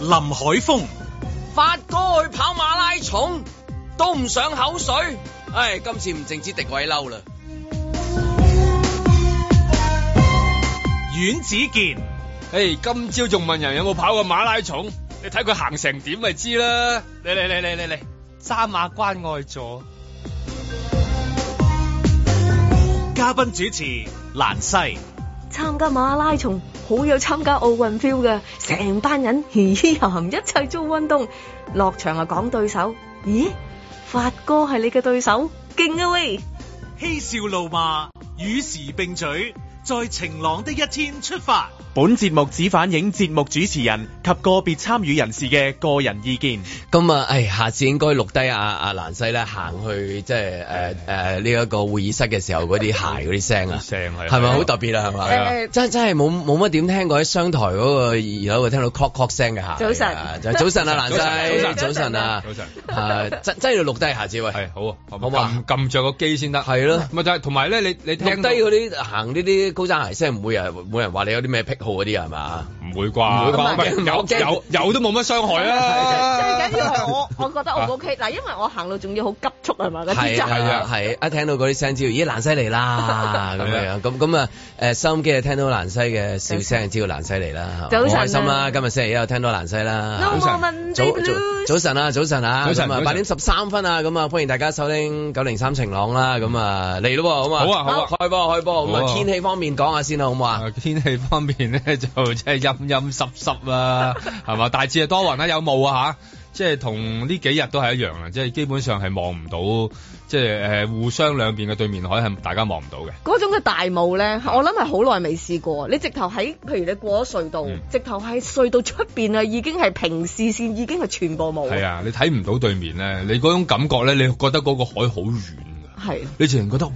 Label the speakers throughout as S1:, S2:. S1: 林海峰、
S2: 發哥去跑馬拉松都唔上口水，唉，今次唔淨止迪位嬲啦。
S1: 阮子健、
S3: 誒，今朝仲問人有冇跑過馬拉松？你睇佢行成點咪知啦！嚟嚟嚟嚟嚟嚟，揸馬關愛座。
S1: 嘉賓主持蘭西、
S4: 參加馬拉松好有參加奧運 feel 嘅，成班人嘻嘻含含一齊做運動，落場啊講對手，咦？發哥係你嘅對手，勁啊喂！
S1: 嬉笑怒罵，與時並舉，在晴朗的一天出發。
S5: 本節目只反映節目主持人及個別參與人士嘅個人意見。
S2: 咁啊，唉，下次應該錄低阿阿蘭西咧行去即係誒誒呢一個會議室嘅時候嗰啲鞋嗰啲聲啊，
S3: 聲係
S2: 係咪好特別啊？係
S3: 係啊
S2: 咪？真真係冇冇乜點聽過喺商台嗰個二樓會聽到 clock clock 聲嘅鞋。
S4: 早晨
S2: 啊就係早晨啊，蘭西，
S3: 早晨
S2: 早晨啊，
S3: 早晨
S2: 啊，真真係要錄低下次喂，
S3: 係好啊，
S2: 好嘛
S3: 撳撳著個機先得。
S2: 係咯。啊
S3: 咪就係同埋咧，你你
S2: 錄
S3: 聽
S2: 低
S3: 到
S2: 嗰啲行呢啲高踭鞋聲，唔會人冇人話你有啲咩癖好嗰啲啊係嘛？
S3: 唔會啩？
S2: 唔會啩
S3: 唔係
S2: 我驚
S3: 有有有都冇乜傷害啊！
S4: 最緊要係我，我覺得我 OK 嗱，因為我行路仲要好急促係嘛，嗰啲
S2: 係
S4: 就
S2: 啊，係一聽到嗰啲聲，知道咦蘭西嚟啦咁樣樣，咁咁啊誒收音機啊聽到蘭西嘅笑聲，知道蘭西嚟啦，係
S4: 早
S2: 嘛
S4: 晨啊
S2: 好開心啦！今日星期一又聽到蘭西啦。
S4: No
S3: 早
S4: more Monday
S3: 晨
S2: 早早
S4: blues
S2: 早晨啊，早晨啊，
S3: 早晨
S2: 咁
S3: 早
S2: 啊
S3: 晨
S2: 八點十三分啊，咁啊歡迎大家收聽九零三晴朗啦，咁啊嚟咯喎，咁啊
S3: 好啊好啊
S2: 開波開波，咁
S3: 好
S2: 啊
S3: 啊
S2: 天氣方面講下先啦，好唔好啊？
S3: 啊天氣方面咧就即係陰陰濕濕啦， 係嘛？大致係多雲啦，有霧啊嚇。即係同呢幾日都係一樣啦，即係基本上係望唔到，即係誒互相兩邊嘅對面海係大家望唔到嘅。
S4: 嗰種嘅大霧咧，我諗係好耐未試過。你直頭喺，譬如你過咗隧道，
S3: 嗯
S4: 直頭喺隧道出邊啊，已經係平視線，已經係全部冇。
S3: 係啊，你睇唔到對面咧，你嗰種感覺咧，你覺得嗰個海好遠㗎，
S4: 係
S3: 你自然覺得哇，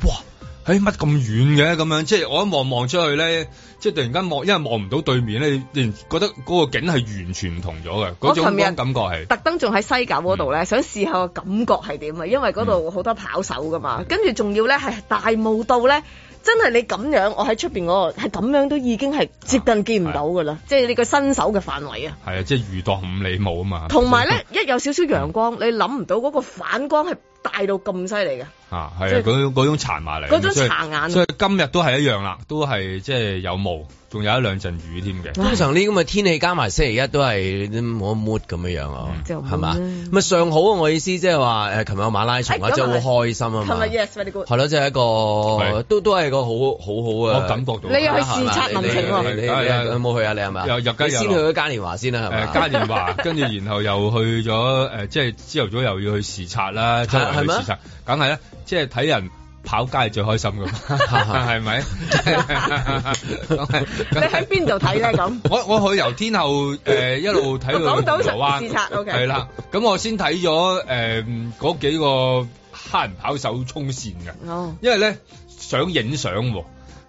S3: 喺乜咁遠嘅咁樣，即係我一望望出去咧，即係突然間望，因為望唔到對面咧，你突然覺得嗰個景係完全唔同咗嘅，嗰種
S4: 我琴日
S3: 嗰種感覺係。
S4: 特登仲喺西九嗰度咧，想試下個感覺係點啊！因為嗰度好多跑手噶嘛，跟住仲要咧係大霧到咧，真係你咁樣，我喺出邊嗰個係咁樣都已經係接近見唔到噶啦，即係你個伸手嘅範圍啊！
S3: 係啊，即係魚當五里霧啊嘛。
S4: 同 埋咧，一有少少陽光，你諗唔到嗰個反光係大到咁犀利嘅。
S3: 啊，係
S4: 即
S3: 啊，
S4: 係
S3: 嗰種嗰種殘埋嚟，
S4: 嗰種
S3: 所以
S4: 殘眼啊
S3: 所以今日都係一樣啦，都係即係有霧，仲有一兩陣雨添嘅。
S2: 通常呢啲咁嘅天氣加埋星期一都係冇乜 mood 咁樣樣
S3: 嗯
S2: 啊，
S4: 就
S2: 係嘛
S4: 悶啦？
S2: 咁啊上好啊！我意思即係話誒，琴日有馬拉松啊，
S4: 哎
S2: 即係好開心啊
S4: 琴
S2: 嘛
S4: 日。yes very good，
S2: 係咯，即係一個
S3: 係
S2: 都都係個好好好
S3: 我
S2: 啊！
S3: 感覺到
S4: 你又去視察民情喎
S2: 你你你
S3: 係啊
S2: 你有冇去啊？你係咪啊？
S3: 有入街
S2: 你先
S3: 有
S2: 去
S3: 落
S2: 咗嘉年華先啦，係
S3: 誒
S2: 咪啊？
S3: 嘉年華， 跟住然後又去咗誒、呃即係朝頭早又要去視察啦，周圍
S2: 係
S3: 去
S2: 咩
S3: 視察，梗係啦，即係睇人。跑街係最開心噶 嘛，係咪？ 梗係
S4: 你喺邊度睇咧咁？
S3: 我我去由天后誒、一路睇到
S4: 港
S3: 去
S4: 島
S3: 銅鑼灣，
S4: 視察，OK
S3: 係啦。咁我先睇咗誒嗰幾個黑人跑手衝線嘅，
S4: 哦，
S3: 因為咧想影相喎，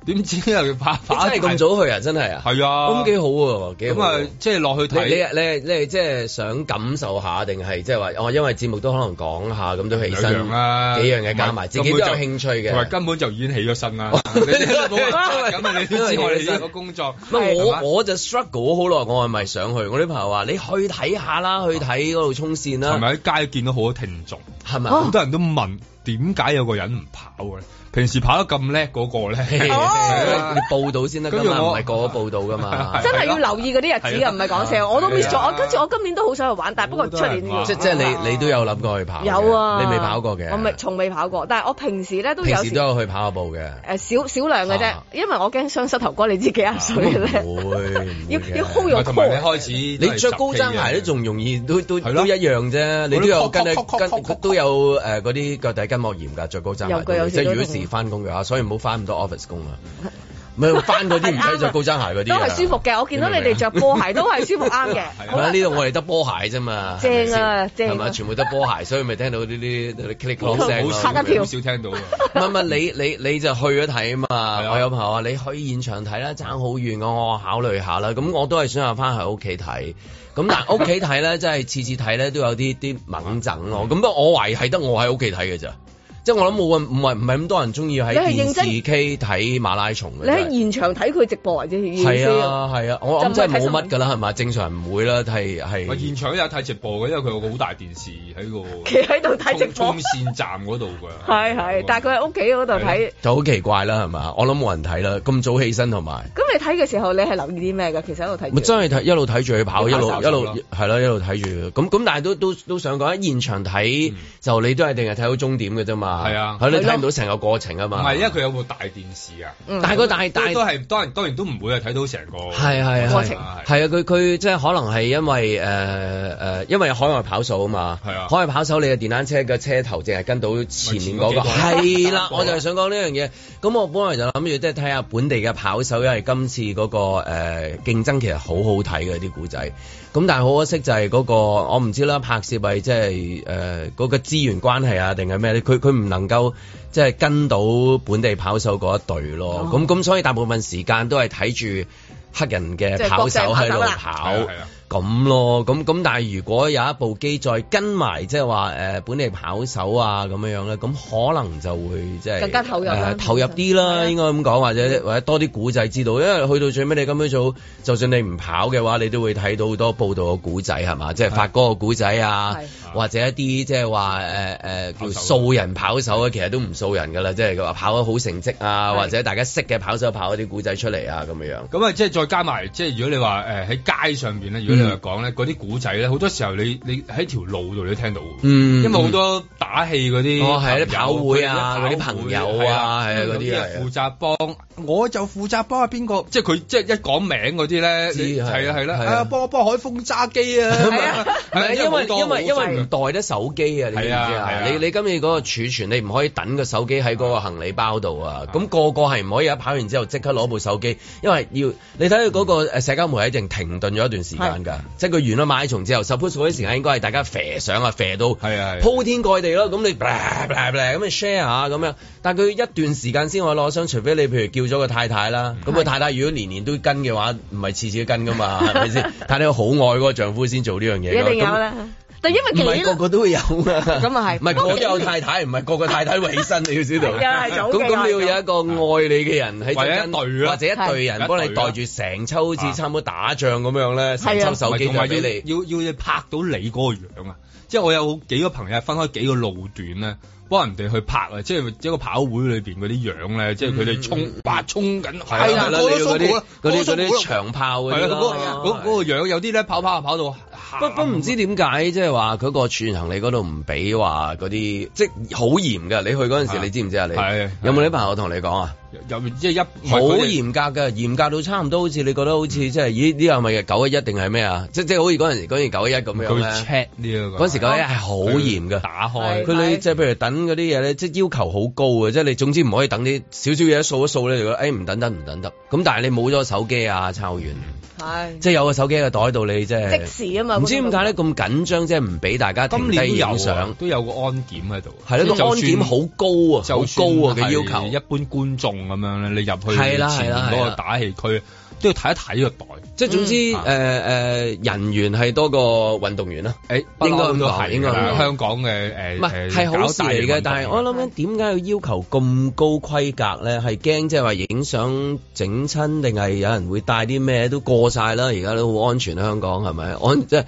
S3: 點知又跑
S2: 你
S3: 跑
S2: 真係咁早去啊！真係啊！
S3: 係啊，
S2: 咁幾好喎，幾
S3: 咁
S2: 好
S3: 啊
S2: 喎！，
S3: 即係落去
S2: 你
S3: 睇
S2: 你你你係即係想感受下，定係即係話哦？因為節目都可能講下，咁都起身
S3: 兩樣啦
S2: 幾樣嘢加埋，自己都有
S3: 根本就
S2: 興趣嘅。。
S3: 同埋根本就已 經起咗身啦 你都冇人執咁啊！你都知我哋呢個工作，
S2: 唔係
S3: 係嘛
S2: 我我就 struggle 好耐，我係咪想去？我啲朋友話：你去睇下啦，去睇嗰度衝線
S3: 琴日
S2: 啦，
S3: 喺街見到好多聽眾，
S2: 係咪？
S3: 好多人都問點解有個人唔跑嘅咧？平時跑得咁叻嗰個
S2: 你
S3: 咧，
S2: 你報道先得㗎
S3: 跟
S2: 嘛，
S3: 住
S2: 唔
S3: 我
S2: 係個個報道㗎嘛
S3: 係。
S4: 真係要留意嗰啲日子
S3: 係
S4: 啊，
S3: 啊
S4: 唔係講笑。我都
S3: 係啊
S4: miss 咗，我跟住我今年都好想去玩，但係不過出年啊要
S2: 即即係你你都有諗過去跑嘅，
S4: 有啊，
S2: 你未跑過嘅，
S4: 我未從未跑過，但係我平時咧都有
S2: 平時
S4: 時
S2: 都有去跑下步嘅，
S4: 誒呃少少量嘅啫
S2: 啊，嗯
S4: 因為我驚傷膝頭哥，你知幾廿歲
S2: 唔
S4: 咧，
S2: 會
S4: 要要 hold
S3: 同埋你
S4: 住
S3: 開始
S2: 你着高踭鞋都仲容易，都都
S3: 係咯
S2: 都一樣啫。你都有跟
S3: 我都
S2: 跟都有誒嗰啲腳底筋膜炎㗎，着高踭
S4: 有
S2: 鞋
S4: 㗎有
S2: 都。
S4: 時都
S2: 即係如果
S4: 痛
S2: 時翻工嘅話，所以唔好翻咁多 office 工啊。唔係翻嗰啲唔使着高踭鞋嗰啲
S4: 都
S2: 啊，
S4: 係舒服嘅。我見到你哋着波鞋都係舒服啱嘅。
S2: 係咪呢度我哋得波鞋啫嘛，
S4: 正啊
S2: 係咪先
S4: 正啊
S2: 係咪全部得波鞋，所以咪聽到呢啲呢啲 click click 聲
S3: 好
S2: 咯
S4: 嚇一跳
S3: 好少聽到啊。
S2: 唔係唔係，你你你就去咗睇啊嘛！
S3: 啊
S2: 我有朋友話你去現場睇啦，爭好遠，我我考慮下啦。咁我都係想話翻去屋企睇。咁但係屋企
S4: 嗯
S2: 睇咧，真係次次睇咧都有啲啲猛整咯。咁不過我懷疑係得我喺屋企睇嘅咋。即係我諗冇咁唔係唔係咁多人中意喺
S4: 你係
S2: 電
S4: 認真
S2: 視機睇馬拉松
S4: 你
S2: 嘅。真係
S4: 喺現場睇佢直播或者意思
S2: 係啊係啊，我諗真係
S4: 就
S2: 冇
S4: 唔係睇
S2: 乜㗎啦，係嘛？正常唔會啦，係
S3: 我 現
S2: 係。
S3: 場都有睇直播嘅，因為佢有個好大電視喺個
S4: 企喺度睇直播
S3: 中中，線站嗰度㗎。
S4: 係係，但係佢喺屋企嗰度睇。
S2: 就好奇怪啦，係嘛？我諗冇人睇啦，咁早起身同埋，
S4: 咁你睇嘅時候，你係留意啲咩㗎？其實喺度睇
S2: 咪
S4: 住。
S2: 真係睇一路睇住佢跑，一路
S4: 跑
S2: 一
S4: 手
S2: 路
S3: 咯
S2: 係咯，一路睇住佢。咁咁，但係都都都想講喺現場睇
S3: 嗯
S2: 就你都係定係睇到終點嘅啫嘛。
S3: 係啊
S2: 係你
S4: 係咯
S2: 睇唔到成個過程啊
S3: 唔
S2: 嘛。
S3: 係，因為佢有部大電視啊，
S4: 嗯
S2: 但係個大大
S3: 都都係當然當然都唔會係睇到成個
S2: 係係係
S4: 過程
S2: 係啊，佢佢即係可能係因為誒誒、呃呃因為海外跑手啊嘛，
S3: 係啊
S2: 海外跑手你嘅電單車嘅車頭淨係跟到前面嗰、個，
S3: 咪前嗰幾個
S2: 係啦，我就係想講呢樣嘢。咁我本來就諗住即係睇下本地嘅跑手，因為今次嗰、個誒、呃、競爭其實好好睇嘅啲古仔。咁但係好可惜就係嗰、個我唔知啦，拍攝係即係誒嗰個資源關係啊，定係咩咧？佢佢唔能夠即係跟到本地跑手嗰一隊咯。咁咁、所以大部分時間都係睇住黑人嘅跑手喺度跑
S3: 係啊係啊
S2: 咁咯。咁咁但係如果有一部機再跟埋即係話誒本地跑手啊咁樣樣咧，咁可能就會即係
S4: 更加投入啦
S2: 誒投入啲
S4: 係
S2: 啦，
S4: 啊
S2: 應該咁講，或者或者多啲古仔知道，因為去到最尾你今朝早，就算你唔跑嘅話，你都會睇到好多報道嘅古仔係嘛，即係發哥嘅古仔啊
S4: 係，
S2: 或者一啲即係話誒誒叫
S3: 跑手啊
S2: 素人跑手啊，其實都唔素人㗎啦，即係佢話跑得好成績啊，
S4: 係
S2: 或者大家識嘅跑手跑一啲古仔出嚟啊咁樣樣。
S3: 咁啊，即係再加埋，即係如果你話誒喺街上邊咧，如果你
S2: 嗯
S3: 話講咧，嗰啲古仔咧，好多時候你你喺條路度你都聽到嘅，
S2: 嗯
S3: 因為好多打氣嗰啲
S2: 哦係啲
S3: 朋友
S2: 跑會啊
S3: 佢哋
S2: 嗰啲
S3: 跑會
S2: 朋友啊係啊嗰啲
S3: 有
S2: 係
S3: 人
S2: 啊
S3: 負責幫，我就負責幫阿邊個，即係佢即係一講名嗰啲咧，
S2: 知
S3: 你
S2: 係啊
S3: 係啦係啦，
S2: 係啊
S3: 啊幫我幫海風揸機啊，
S2: 係啊
S3: 係啊
S2: 係因為
S3: 好多
S2: 因為因
S3: 好多
S2: 為唔袋得手機啊，你知唔知
S3: 係啊係
S2: 啊
S3: 啊？
S2: 你你今次嗰個儲存，你唔可以等個手機喺嗰個行李包度啊。咁個個係唔可以一跑完之後即刻攞部手機，因為要你睇佢
S3: 嗯
S2: 嗰個呃誒社交媒體一定停頓咗一段時間㗎，即係佢完咗馬拉松之後，suppose 嗰啲時間應該係大家啡相啊，啡到
S3: 係啊係啊
S2: 鋪天蓋地咯。咁你 blah blah blah 咁你 share 下咁樣，但係佢一段時間先可以攞箱，除非你譬如叫咗個太太啦，
S3: 嗯
S2: 咁個太太如果年年都跟嘅話，唔係次次都跟㗎嘛，係咪 先？太太要好愛嗰個丈夫先做呢樣嘢。
S4: 一定有啦。但因為
S2: 咁。
S4: 其
S2: 唔係
S4: 實
S2: 個個都會有啊，咁
S4: 啊係
S2: 唔係個個都有太太，唔係個個太太維生，你 要知道。
S4: 係啊係早
S2: 咁
S4: 期
S2: 咁你
S4: 係早
S2: 要有一個愛你嘅人喺
S3: 或者一
S2: 中間
S3: 隊啊
S2: 或者一隊人幫你
S3: 係
S2: 袋住成抽，好似差唔多打仗咁樣咧，成
S4: 係啊
S2: 抽手機
S3: 同埋
S2: 就
S3: 要
S2: 俾你。
S3: 要要你拍到你嗰個樣啊！即係我有幾個朋友係分開幾個路段咧，幫人哋去拍啊！即係一個跑會裏邊嗰啲樣咧，即係佢哋衝哇啊衝緊，
S2: 嗯係啦，
S3: 過咗
S2: 你
S3: 蘇果
S2: 要嗰啲
S3: 啦
S2: 嗰啲
S3: 過咗蘇
S2: 嗰
S3: 果
S2: 啲
S3: 啦
S2: 長炮嗰啊
S3: 係啦，
S2: 啲
S3: 嗰
S2: 啦
S3: 嗰嗰個樣有啲咧跑跑下跑到喊啊
S2: 不不唔知點解，即係話佢個儲存行李嗰度唔俾話嗰啲，即係好嚴㗎。你去嗰陣時，
S3: 係
S2: 你知唔知啊？你
S3: 係
S2: 有冇啲朋友同你講啊？
S3: 有即係一
S2: 好嚴格嘅，嚴格到差唔多，好似你覺得好似即係咦呢個係咪九一一定係咩啊？即即係好似嗰陣時嗰陣九一一咁樣
S3: 佢會
S2: 咧。
S3: check 呢一個
S2: 嗰陣時九一一係好嚴
S3: 佢
S2: 嘅，
S3: 打開
S4: 係
S2: 佢哋即係譬如等嗰啲嘢咧，即係要求好高嘅，即係你總之唔可以等啲少少嘢掃一掃咧，你就覺得誒唔等得唔等得。咁但係你冇咗手機啊，抄完，
S4: 係
S2: 即係有個手機嘅袋度，你即係
S4: 即時啊嘛
S2: 唔知點解咧咁緊張，即係唔俾大家
S3: 今
S2: 停低
S3: 年都有
S2: 影
S3: 啊
S2: 相，
S3: 都有個安檢喺度，
S2: 係咯，
S3: 即係
S2: 個
S3: 就
S2: 安
S3: 算
S2: 檢好高啊，好
S3: 就算
S2: 高啊嘅要
S3: 係
S2: 求
S3: 一。般觀眾咁樣咧，你入去
S2: 係啦
S3: 前面
S2: 係啦係
S3: 嗰個
S2: 啦
S3: 打氣區都要睇一睇個袋。
S2: 即係總之誒誒
S3: 嗯
S2: 人員係多過運動員啦。
S3: 誒，
S2: 不嬲
S3: 應該咁講
S2: 應該咁講
S3: 香港嘅誒，
S2: 唔係係好事嚟嘅，
S3: 啊
S2: 但係我諗緊點解要要求咁高規格咧？係驚即係話影相整親，定係有人會帶啲咩都過晒啦？而家都好安全啦，香港係咪安即係？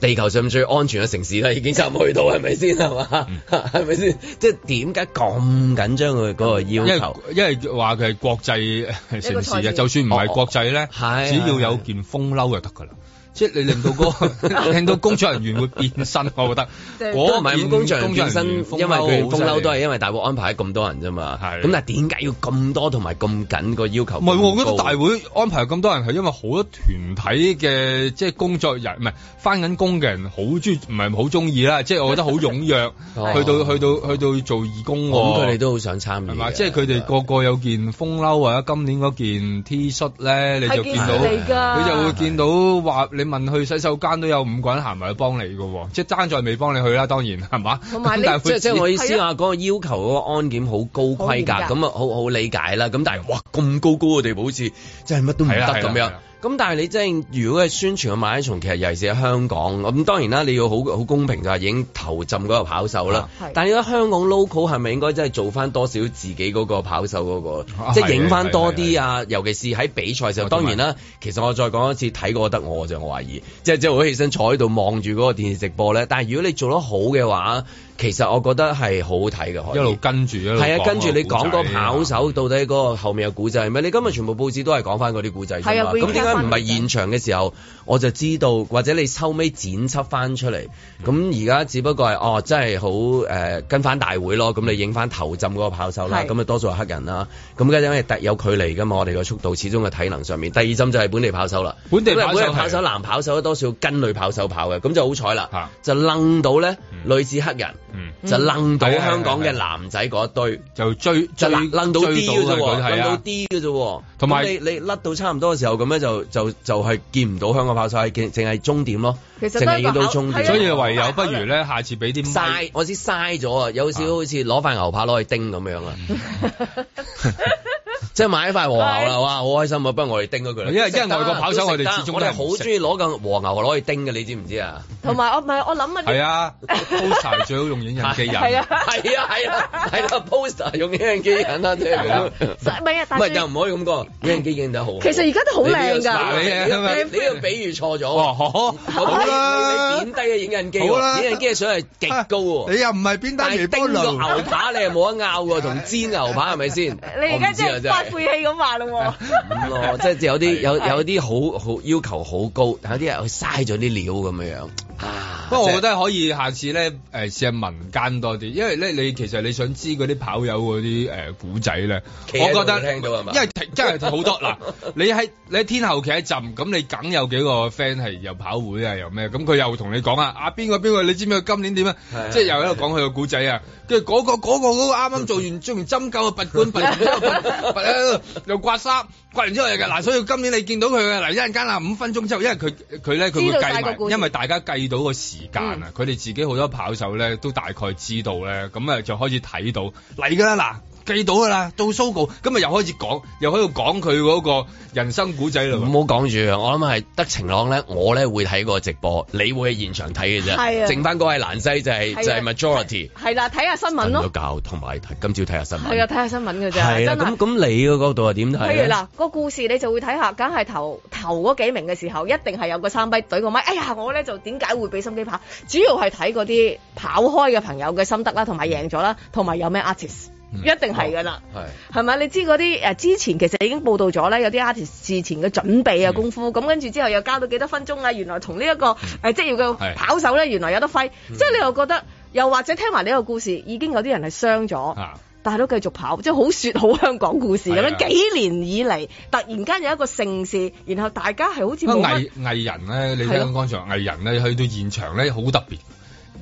S2: 地球上最安全嘅城市啦，已經差唔多去到，係咪先？係嘛？係咪先？即係點解咁緊張佢嗰個
S3: 因
S2: 要
S3: 為
S2: 求？
S3: 因為話佢係國際呃城市
S4: 一個賽
S3: 嘅，
S4: 事
S3: 就算唔係國際咧，
S2: 哦係
S3: 只要有件風褸就得㗎啦。即係你令到 個令到工作人員會變身，我覺得
S4: 即係
S2: 我
S3: 嗰
S2: 唔係
S3: 件
S2: 咁工作人
S3: 工作
S2: 員
S3: 人
S2: 身，
S3: 員
S2: 因為佢
S3: 好犀
S2: 風
S3: 利
S2: 褸都係因為大會安排咁多人啫嘛。
S3: 係
S2: 咁但係點解要咁多同埋咁緊個要求？
S3: 唔係喎，我覺得大會安排咁多人係因為好多團體嘅即係工作人唔係翻緊工嘅人好中唔係好中意啦，即係我覺得好踴躍，
S2: 哦
S3: 去到去到去到做義工喎。
S2: 咁佢哋都好想參與
S3: 係
S2: 嘅，
S3: 嘛？即係佢哋個個有件風褸或者今年嗰件 T 恤咧，你就
S4: 係
S3: 見
S4: 件
S3: 到
S4: 事嚟㗎，
S3: 你就會見到話你問去洗手間都有五個人行埋去幫你嘅喎，即係爭在未幫你去啦，當然係嘛？
S4: 同埋你
S3: 咁但係
S2: 即係
S3: 佢
S2: 即係我意思
S4: 係
S2: 話，嗰個要求嗰個安檢好高
S4: 好
S2: 規
S4: 嚴格
S2: 格，咁啊好好理解啦。咁但係哇咁高高嘅地步，好似真係乜都唔得
S3: 係啦係啦
S2: 咁
S3: 係
S2: 樣
S3: 啦。
S2: 咁但係你真係如果係宣傳個馬拉松，其實尤其是喺香港，咁當然啦，你要好好公平就係已經投浸嗰個跑手啦
S3: 啊
S4: 係。
S2: 但係你覺得香港 local 係咪應該真係做翻多少自己嗰個跑手嗰、
S3: 啊
S2: 個，即
S3: 係
S2: 係影翻多
S3: 係
S2: 啲啊？尤其是喺比賽時
S3: 我同
S2: 候，當
S3: 埋
S2: 然啦，其實我再講一次，睇過得我就我懷疑，即係即係我起身坐喺度望住嗰個電視直播咧。但係如果你做得好嘅話，其實我覺得係好好睇嘅，可以
S3: 一路跟住一路
S2: 係啊，
S3: 講
S2: 跟住你
S3: 個古
S2: 講嗰個
S3: 仔
S2: 跑手到底嗰個後面嘅古仔係咩？你今日全部報紙都係講翻嗰啲古仔
S4: 係
S2: 啫
S4: 啊
S2: 嘛。
S4: 會
S2: 咁點解唔
S4: 翻
S2: 係現場嘅時候我就知道，或者你收尾剪輯翻出嚟？咁而家只不過係哦，真係好誒、呃跟翻大會咯。咁你影翻頭浸嗰個跑手啦
S4: 係，
S2: 咁啊多數係黑人啦。咁梗係因為特有距離㗎嘛，我哋個速度始終係體能上面。第二針就係本地跑手啦，啊
S3: 本地
S2: 因為
S3: 跑手係
S2: 跑手男跑手多數跟女跑手跑嘅，咁就好彩
S3: 嚇
S2: 啦，就楞到咧
S3: 嗯
S2: 類似黑人，
S3: 嗯
S2: 就楞到
S3: 係啊係啊
S2: 香港
S3: 係啊
S2: 嘅男仔嗰一堆。
S3: 就追
S2: 就
S3: 追
S2: 掕掕到 D 嘅啫
S3: 追到
S2: 喎，
S3: 嘅嗰啲係
S2: 掕到
S3: 啊，
S2: D 嘅啫喎。
S3: 同埋
S2: 咁你你甩到差唔多嘅時候，咁咧就就就係見唔到香港跑手，係見淨係終點咯，
S4: 其實
S2: 淨
S4: 都係
S2: 係
S4: 一個
S2: 見到
S4: 考
S2: 終
S4: 係啊
S2: 點。
S3: 所以唯有不如咧，下次俾啲咪
S2: 嘥，我知嘥咗啊！有少少好似攞塊牛扒攞去叮咁 樣啊， 即係買一塊和牛啦，哇！好開心啊！不過我哋叮咗佢啦，
S3: 因為
S2: 食得
S3: 因為外國跑手
S2: 都食得
S3: 我哋始終都
S2: 我
S3: 係
S2: 哋
S3: 唔
S2: 好
S3: 食
S2: 中意攞緊和牛攞去叮嘅，你知唔知啊？
S4: 同埋我唔係我諗啊啲
S3: 係 啊，poster 最好用影印機人，
S4: 係啊
S2: 係啊係啊係 啦，poster 用影印機影啦，即係
S3: 係啊
S2: 咁樣。
S4: 唔係啊，
S2: 唔
S4: 但
S2: 係
S4: 係
S2: 又唔可以咁講，影印機影得好。
S4: 其實而家都好靚
S3: 你
S4: 㗎。
S3: 呢
S2: 你呢
S3: 個
S2: 個你呢個比喻錯
S3: 哦，
S2: 咗。
S3: 好
S2: 我
S3: 好啦
S2: 你，貶低嘅影印機
S3: 好啦啊
S2: 喎，影印機嘅水係極高喎。
S3: 你又唔係邊
S2: 但
S3: 單微
S2: 係
S3: 波
S2: 叮個
S3: 爐？
S2: 牛扒你係冇得拗 喎，同煎牛扒係咪先？
S4: 你而家即
S2: 我唔
S4: 係
S2: 知
S4: 發
S2: 啊真係
S4: 晦氣咁話咯喎，
S2: 咁咯，即係有啲有
S4: 係
S2: 有啲好好要求好高，但有啲人佢嘥咗啲料咁樣樣啊。
S3: 不過我覺
S2: 得
S3: 得可以下次咧，誒試下民間多啲，因為咧你其實你想知嗰啲跑友嗰啲誒古仔咧，
S2: 企喺
S3: 我
S2: 度
S3: 覺得
S2: 聽到啊係嘛
S3: 因為真係好多嗱，你喺你喺天后企一陣，咁你梗有幾個 friend 係又跑會啊，又咩咁，佢又同你講啊，啊邊個邊個，你知唔知佢今年點啊
S2: 係啊？
S3: 即係又喺度講佢個古仔啊，跟住嗰個嗰個嗰個啱啱做 完做完針灸啊，拔罐拔完之後拔拔喺度又刮痧，刮完之後又嗱，所以今年你見到佢嘅嗱一陣間啦，五分鐘之後，因為佢佢咧佢會
S4: 知道
S3: 計
S4: 晒個故
S3: 埋，
S4: 事
S3: 因為大家計到個時間啊，
S2: 嗯
S3: 佢哋自己好多跑手咧都大概知道咧，咁啊就開始睇到嚟㗎啦嗱，計到㗎啦，到 Sogo，咁啊又開始講，又喺度講佢嗰個人生古仔啦
S2: 唔
S3: 喎。
S2: 好講住啊，我諗係得晴朗咧，我咧會睇個直播，你會喺現場睇嘅
S4: 係啊
S2: 啫。剩翻嗰位蘭西就係
S4: 係啊
S2: 就係 majority。
S4: 係啦，睇下新聞
S2: 瞓咗
S4: 咯，
S2: 覺，同埋睇今朝睇下新
S4: 係啊，
S2: 聞。
S4: 睇下新聞㗎咋，
S2: 係啦，
S4: 真
S2: 咁
S4: 係。
S2: 咁你嗰個度係啊點睇
S4: 譬
S2: 咧
S4: 如？嗱，個故事你就會睇下，梗係頭頭嗰幾名嘅時候，一定係有個三筆懟個咪。哎呀，我咧就點解會俾心機跑？主要係睇嗰啲跑開嘅朋友嘅心得啦，同埋贏咗啦，同埋有咩 artist，一定係㗎啦。
S2: 係。
S4: 係咪？你知嗰啲誒之前其實已經報道咗咧，有啲 artist 事前嘅準備
S3: 嗯
S4: 啊功夫，咁跟住之後又交到幾多分鐘啊？原來同呢一個誒職業
S3: 嗯係嗯
S4: 嘅跑手咧，原來有得揮，即係你又覺得，又或者聽埋呢個故事，已經有啲人係傷咗，
S3: 啊
S4: 但係都繼續跑，即係好説好香港故事咁
S3: 係啊
S4: 樣。幾年以嚟，突然間有一個盛事，然後大家係好似
S3: 不
S4: 冇
S3: 過
S4: 乜
S3: 藝藝人咧，你
S4: 係咯
S3: 聽剛才藝人咧去到現場咧好特別，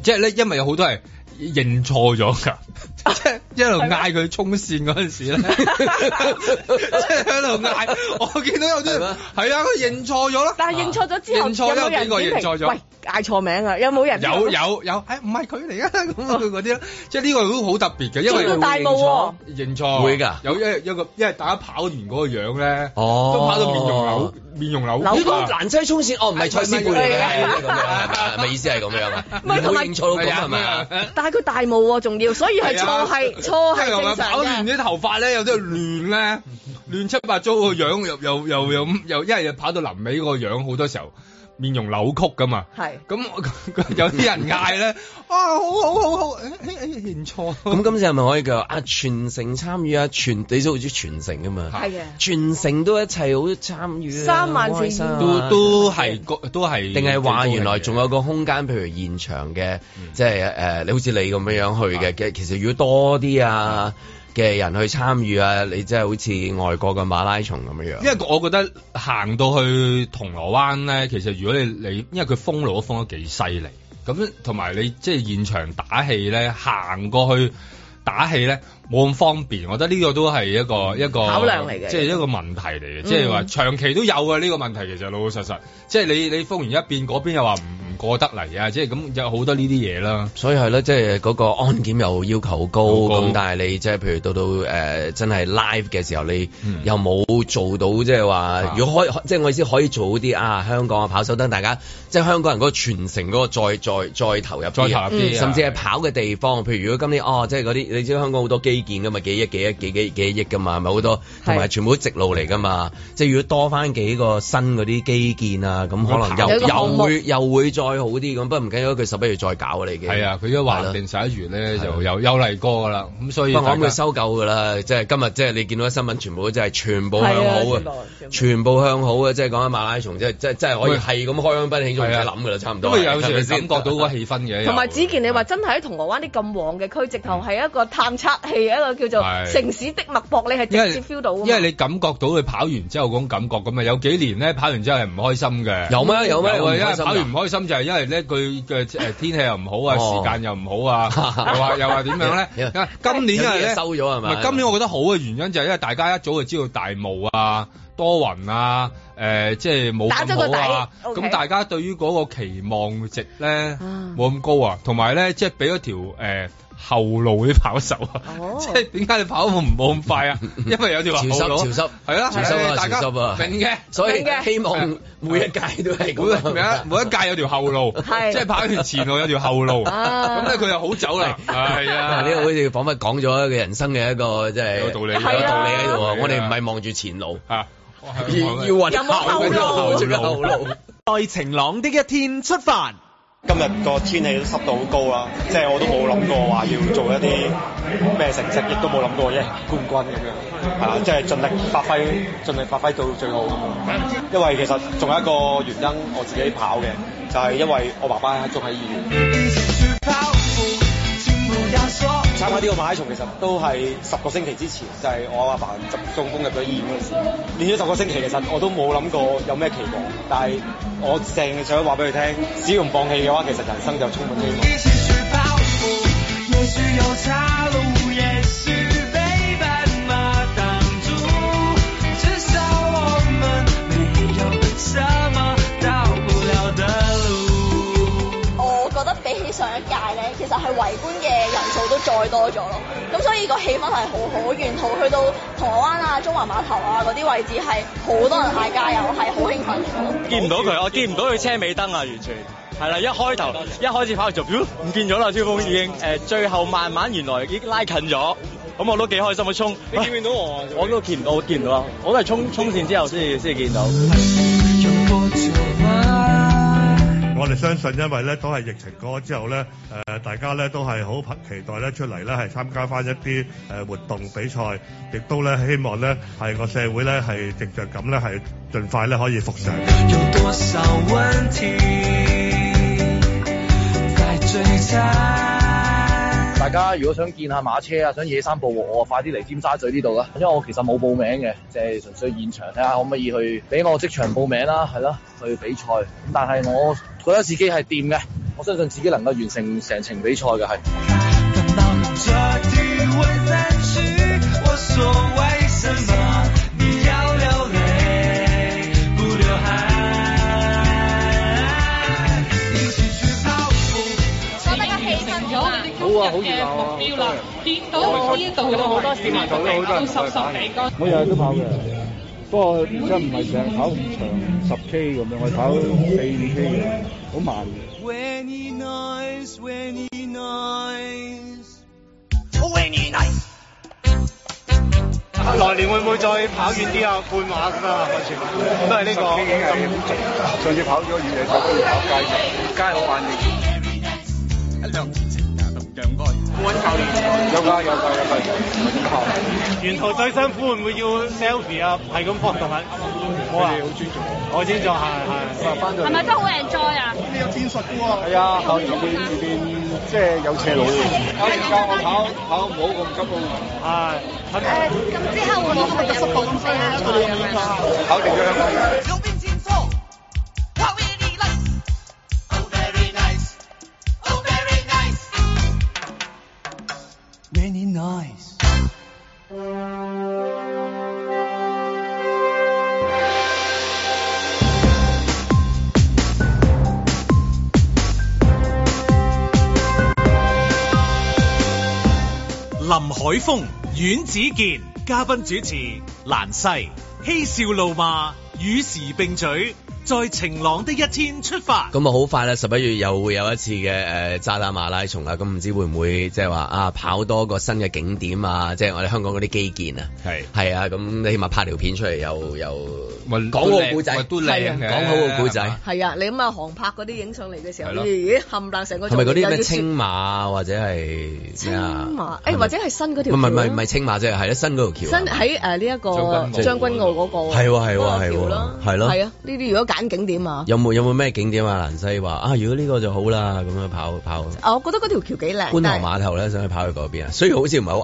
S3: 即係咧因為有好多係認錯咗 㗎，即係一路嗌佢衝線嗰陣時咧， 即係喺度嗌，我見到有啲
S2: 係
S3: 人
S2: 咩
S3: 係啊，佢認錯咗啦。啊
S4: 但係認錯咗之後，
S3: 認錯
S4: 有冇
S3: 有幾個
S4: 人
S3: 認錯
S4: 點
S3: 咗
S4: 評？喂，嗌錯名啊！有冇人
S3: 有有有，誒唔係佢嚟啊，咁啊佢嗰啲啦，即係呢個都好特別嘅，因為
S4: 做到大霧喎
S3: 認錯
S2: 會㗎
S3: 有一一個，因為大家跑完嗰個樣咧，
S2: 哦
S3: 都跑到面容扭面容扭
S2: 呢
S3: 曲
S2: 個
S3: 啊
S2: 蘭西衝線，哦，唔係蔡思貝嚟嘅，係咁樣，係咪意思係咁樣啊？
S4: 唔
S2: 唔
S4: 係同
S2: 好
S4: 埋
S2: 認錯到咁係咪啊？
S4: 但係佢大霧喎，仲要，所以係
S3: 係啊
S4: 錯係錯係
S3: 因為
S4: 正常
S3: 跑完
S4: 嘅。
S3: 啲頭髮咧，有啲亂咧，亂七八糟個樣，又又又又又，因為又跑到臨尾個樣，好多時候面容扭曲噶嘛。
S4: 係。
S3: 咁有啲人嗌咧，啊好好好好，誒誒誒認錯。
S2: 咁今次係咪可以叫啊全城參與啊全你都好中意全城噶嘛？
S4: 係嘅，
S2: 全城都一齊好參與啊，
S4: 三萬
S2: 好開心啊
S3: 都都係個都係，
S2: 定係話原來仲有個空間，譬如現場嘅，
S3: 嗯
S2: 即係誒，呃你好似你咁樣樣去
S3: 啊
S2: 嘅，嘅其實如果多啲啊嘅人去參與啊，你真係好似外國嘅馬拉松咁樣樣。
S3: 因為我覺得行到去銅鑼灣咧，其實如果你你，因為佢封路都封得幾犀利，咁同埋你即係現場打氣咧，行過去打氣咧冇咁方便，我覺得呢個都係一個一個
S4: 嗯考量嚟嘅嗯
S3: 即係一個問題嚟嘅，即係話長期都有嘅呢個問題，其實老老實實，即係你你封完一邊，嗰邊又話唔唔過得嚟啊！即係咁有好多呢啲嘢啦。
S2: 啊所以係咯，即係嗰個安檢又要求高，
S3: 好高
S2: 咁但係你即係譬如到到誒、呃真係 live 嘅時候，你
S3: 嗯
S2: 又冇做到即
S3: 啊
S2: 係話，如果可以，即係我意思可以做好啲啊！香港嘅跑手等大家，即係香港人嗰個傳承嗰個再再再投入啲
S3: 再投入啲啊
S2: 甚至係跑嘅地方，譬如如果今年哦，即係嗰啲你知香港好多基建㗎嘛，幾億幾億幾幾幾億㗎嘛，係咪好多同埋全部都直路嚟㗎嘛，即係如果多翻幾個新嗰啲基建啊，咁可能
S4: 有
S2: 又
S4: 一個項
S2: 又
S4: 目
S2: 會又會再好啲咁，不過唔緊要，佢十一月再搞啊，你已經
S3: 係啊，佢一
S2: 係
S3: 話
S2: 咯
S3: 定十一月咧
S2: 係
S3: 就
S2: 咯
S3: 又又嚟過噶啦，咁所以
S2: 不過我
S3: 大
S2: 諗佢
S3: 家
S2: 收夠㗎啦，即係今日即係你見到啲新聞全部都真係全部向
S4: 係啊
S2: 好
S4: 全
S2: 啊，
S4: 部
S2: 全部向好啊！即係講緊馬拉松，即係即係即係可以
S3: 喂
S2: 係咁開香檳慶祝，唔使諗㗎啦，差唔
S3: 因
S2: 多。
S3: 為啊有時
S2: 係咪
S3: 係感
S2: 先
S3: 覺到嗰個氣氛嘅，
S4: 同埋
S3: 又
S4: 只見你話真係喺銅鑼灣啲咁旺嘅區，直頭係一個探測器，一個叫
S3: 係
S4: 做城市的脈搏，你係
S3: 因
S4: 直接
S3: 為
S4: feel 到啊㗎嘛
S3: 因為你感覺到佢跑完之後嗰種感覺咁啊，有幾年咧跑完之後係唔開心嘅。
S2: 有咩有咩？
S3: 因為
S2: 唔開心
S3: 跑完唔
S2: 㗎
S3: 開心就係因為咧佢嘅誒天氣又唔好啊，
S2: 哦
S3: 時間又唔好 啊，又話又話點樣咧？因
S2: 因為
S3: 為今年因為
S2: 有啲
S3: 咧
S2: 嘢收咗係
S3: 唔
S2: 咪？
S3: 係今年我覺得好嘅原因就係因為大家一早就知道大霧啊、多雲啊、誒、即係冇
S4: 打咗個
S3: 咁好啊，
S4: 底
S3: 咁
S4: OK
S3: 大家對於嗰個期望值咧
S4: 啊
S3: 冇咁高啊，同埋咧即係俾咗條誒、後路啲跑手啊，
S4: 哦
S3: 即係點解你跑唔冇咁快 啊？因為有條後
S2: 潮濕
S3: 路啊
S2: 潮濕
S3: 係啦，
S2: 潮濕啊
S3: 係大家
S2: 潮濕啊
S3: 明嘅。
S2: 所以
S4: 明嘅
S2: 希望每一屆都係
S3: 每
S2: 咁
S3: 一
S2: 樣
S3: 咩啊每一屆有條後路，
S4: 係
S3: 即係跑完前路有條後路，
S4: 啊
S3: 咁咧佢又好走啦，係啊，
S2: 嗱，呢個好似彷彿講咗佢人生嘅一個即係
S3: 有道理
S2: 有道理喺度啊！
S3: 係啊
S2: 我哋唔係望住前路，
S3: 啊，
S2: 要要揾
S4: 有冇後路
S2: 後路後路。
S5: 在晴朗的一天出發。
S6: 今日個天氣都濕度好高啦，即係我都冇諗過話要做一啲咩成績，亦都冇諗過一冠軍咁樣，係啦，即係盡力發揮，盡力發揮到最好。因為其實仲有一個原因，我自己跑嘅就係、因為我爸爸仲喺醫院。參加呢個馬拉松其實都係十個星期之前，就係、我阿爸就中風入咗醫院嗰陣時，練咗十個星期，其實我都冇諗過有咩期望，但係我成日想話俾佢聽，只要唔放棄嘅話，其實人生就充滿希望。
S7: 我覺得比起上一屆咧，其實係圍觀嘅人數都再多咗咯。咁所以個氣氛係好好，沿途去到銅鑼灣啊、中環碼頭啊嗰啲位置係好多人嗌加油，係好興奮嘅。
S6: 見唔到佢，我見唔到佢車尾燈啊，完全。係啦，一開頭一開始跑就嗯唔、見咗啦，超峰已 經。誒、最後慢慢原來已經拉近咗，咁我都幾開心嘅衝。你見唔見到我？我都見唔到，見唔到啊！我都係衝衝線之後先至先至見到。
S8: 我哋相信，因為咧都係疫情過咗之後咧，誒、大家咧都係好期待咧出嚟咧係參加翻一啲誒活動比賽，亦都咧希望咧係個社會咧係藉着咁咧係盡快咧可以復常。
S9: 大家如果想見下馬車啊，想野生捕獲我啊，快啲嚟尖沙咀呢度啦！啊因為我其實冇報名嘅，就係純粹現場睇下可唔可以去俾我即場報名啦，係啦，去比賽。咁但係我覺得自己係掂嘅，我相信自己能夠完成成程比賽嘅係。
S10: 覺得個氣氛咗好啊，好熱鬧目標啦，見到呢度有好多市民都十十幾個。
S9: 我日日都跑嘅，不過而家唔係成日跑咁長，十 K 咁樣，我跑四五 K 嘅，好慢嘅。
S6: 來年會唔會再跑遠啲啊？半馬咁啊，都係呢個
S9: 上次跑咗越野賽，跟住跑街嘅，街好玩啲。有㗎有㗎有㗎，
S6: 沿途最辛苦會唔會要 selfie 啊？係咁放動物，我啊，好尊重，我尊重係係。
S10: 係咪真係好 enjoy 啊？
S9: 係啊，後邊邊即係有斜路嘅。而家我跑跑唔好咁急啊，
S10: 誒，咁之後會唔會有報名啊？
S9: 跑定咗香港。
S1: 林海峰、阮子健，嘉賓主持蘭西，嬉笑怒罵，與時並舉，在晴朗的一天出發。
S2: 咁啊，好快啦！十一月又會有一次嘅誒渣打馬拉松啦，咁唔知會唔會即係話啊跑多個新嘅景點啊，即係我哋香港嗰啲基建啊，
S3: 係
S2: 係啊，咁你起碼拍條片出嚟又又
S3: 咪
S2: 講好個故
S3: 咪
S2: 仔，
S3: 都靚嘅
S2: 講好個故
S3: 係
S2: 仔
S3: 嘛，
S4: 係啊，你咁啊航拍嗰啲影上嚟嘅時候，
S3: 係
S4: 你
S3: 咯
S4: 哋咦冚唪唥成個啊
S2: 係咪嗰
S4: 仲要
S2: 啲咩
S4: 雪
S2: 青馬或者係咩啊
S4: 青馬？誒
S2: 係咪
S4: 或者係新嗰條
S2: 唔係唔
S4: 橋
S2: 係
S4: 啦
S2: 唔係青馬啫，係啦，新嗰條橋啊。
S4: 新喺誒呢一個
S3: 將
S4: 將
S3: 軍
S4: 軍
S3: 澳
S4: 澳嗰個
S2: 係喎
S4: 嗰
S2: 係喎
S4: 個
S2: 係喎
S4: 橋啦
S2: 係咯
S4: 係啊，呢啲如果揀景點啊，
S2: 有冇有冇咩景點啊？蘭西話啊，如果呢個就好啦，咁樣跑跑
S4: 啊我覺得嗰條橋幾靚，
S2: 觀塘
S4: 但係
S2: 碼頭咧，想去跑去嗰邊啊。雖然好似唔係好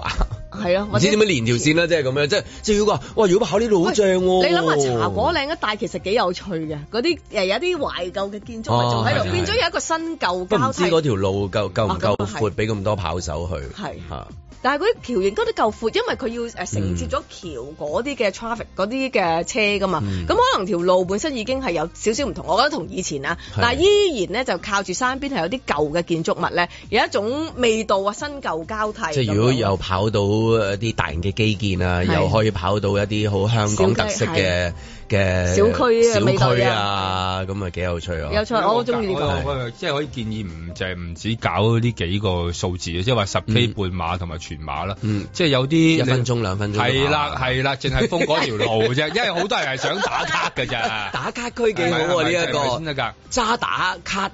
S2: 啱，
S4: 係啊，
S2: 唔
S4: 或者
S2: 知點樣連條線啦，即係咁樣，即係即係如果話哇，如果跑呢度好正喎，
S4: 你諗下茶果嶺一帶其實幾有趣嘅，嗰啲誒有啲懷舊嘅建築物仲喺
S2: 哦係
S4: 度，
S2: 係
S4: 變咗有一個新舊
S2: 不過
S4: 交
S2: 唔知嗰
S4: 替。
S2: 條路夠夠唔夠
S4: 啊咁啊係
S2: 闊，俾咁多跑手去
S4: 係
S2: 嚇
S4: 但係嗰啲橋應該都夠闊，因為佢要誒承接咗橋嗰
S3: 嗯
S4: 啲嘅 traffic 嗰啲嘅車噶嘛。
S2: 嗯
S4: 咁可能條路本身已經係有少少唔同，我覺得同以前啊，
S2: 係
S4: 但係依然咧就靠住山邊係有啲舊嘅建築物咧，有一種味道啊，新舊交替咁樣。
S2: 即係啊如果又跑到一啲大型嘅基建啊，
S4: 係
S2: 又可以跑到一啲好香港特色嘅嘅
S4: 小區啊味道
S2: 小
S4: 啊
S2: 區啊，咁啊幾有趣啊！
S4: 有趣，我好中意呢
S3: 我
S4: 個。
S3: 啊我我即係可以建議唔就係唔止搞呢幾個數字，即係話十 K
S2: 嗯
S3: 半馬同埋全馬啦。
S2: 嗯
S3: 即係有啲
S2: 一分鐘兩分鐘啊
S3: 係啦係啦，淨係封嗰條路啫，因為好多人係想打卡㗎咋。
S2: 打卡區幾
S3: 係
S2: 好
S3: 咪
S2: 喎呢一
S3: 係咪先得
S2: 個
S3: 㗎
S2: 渣打卡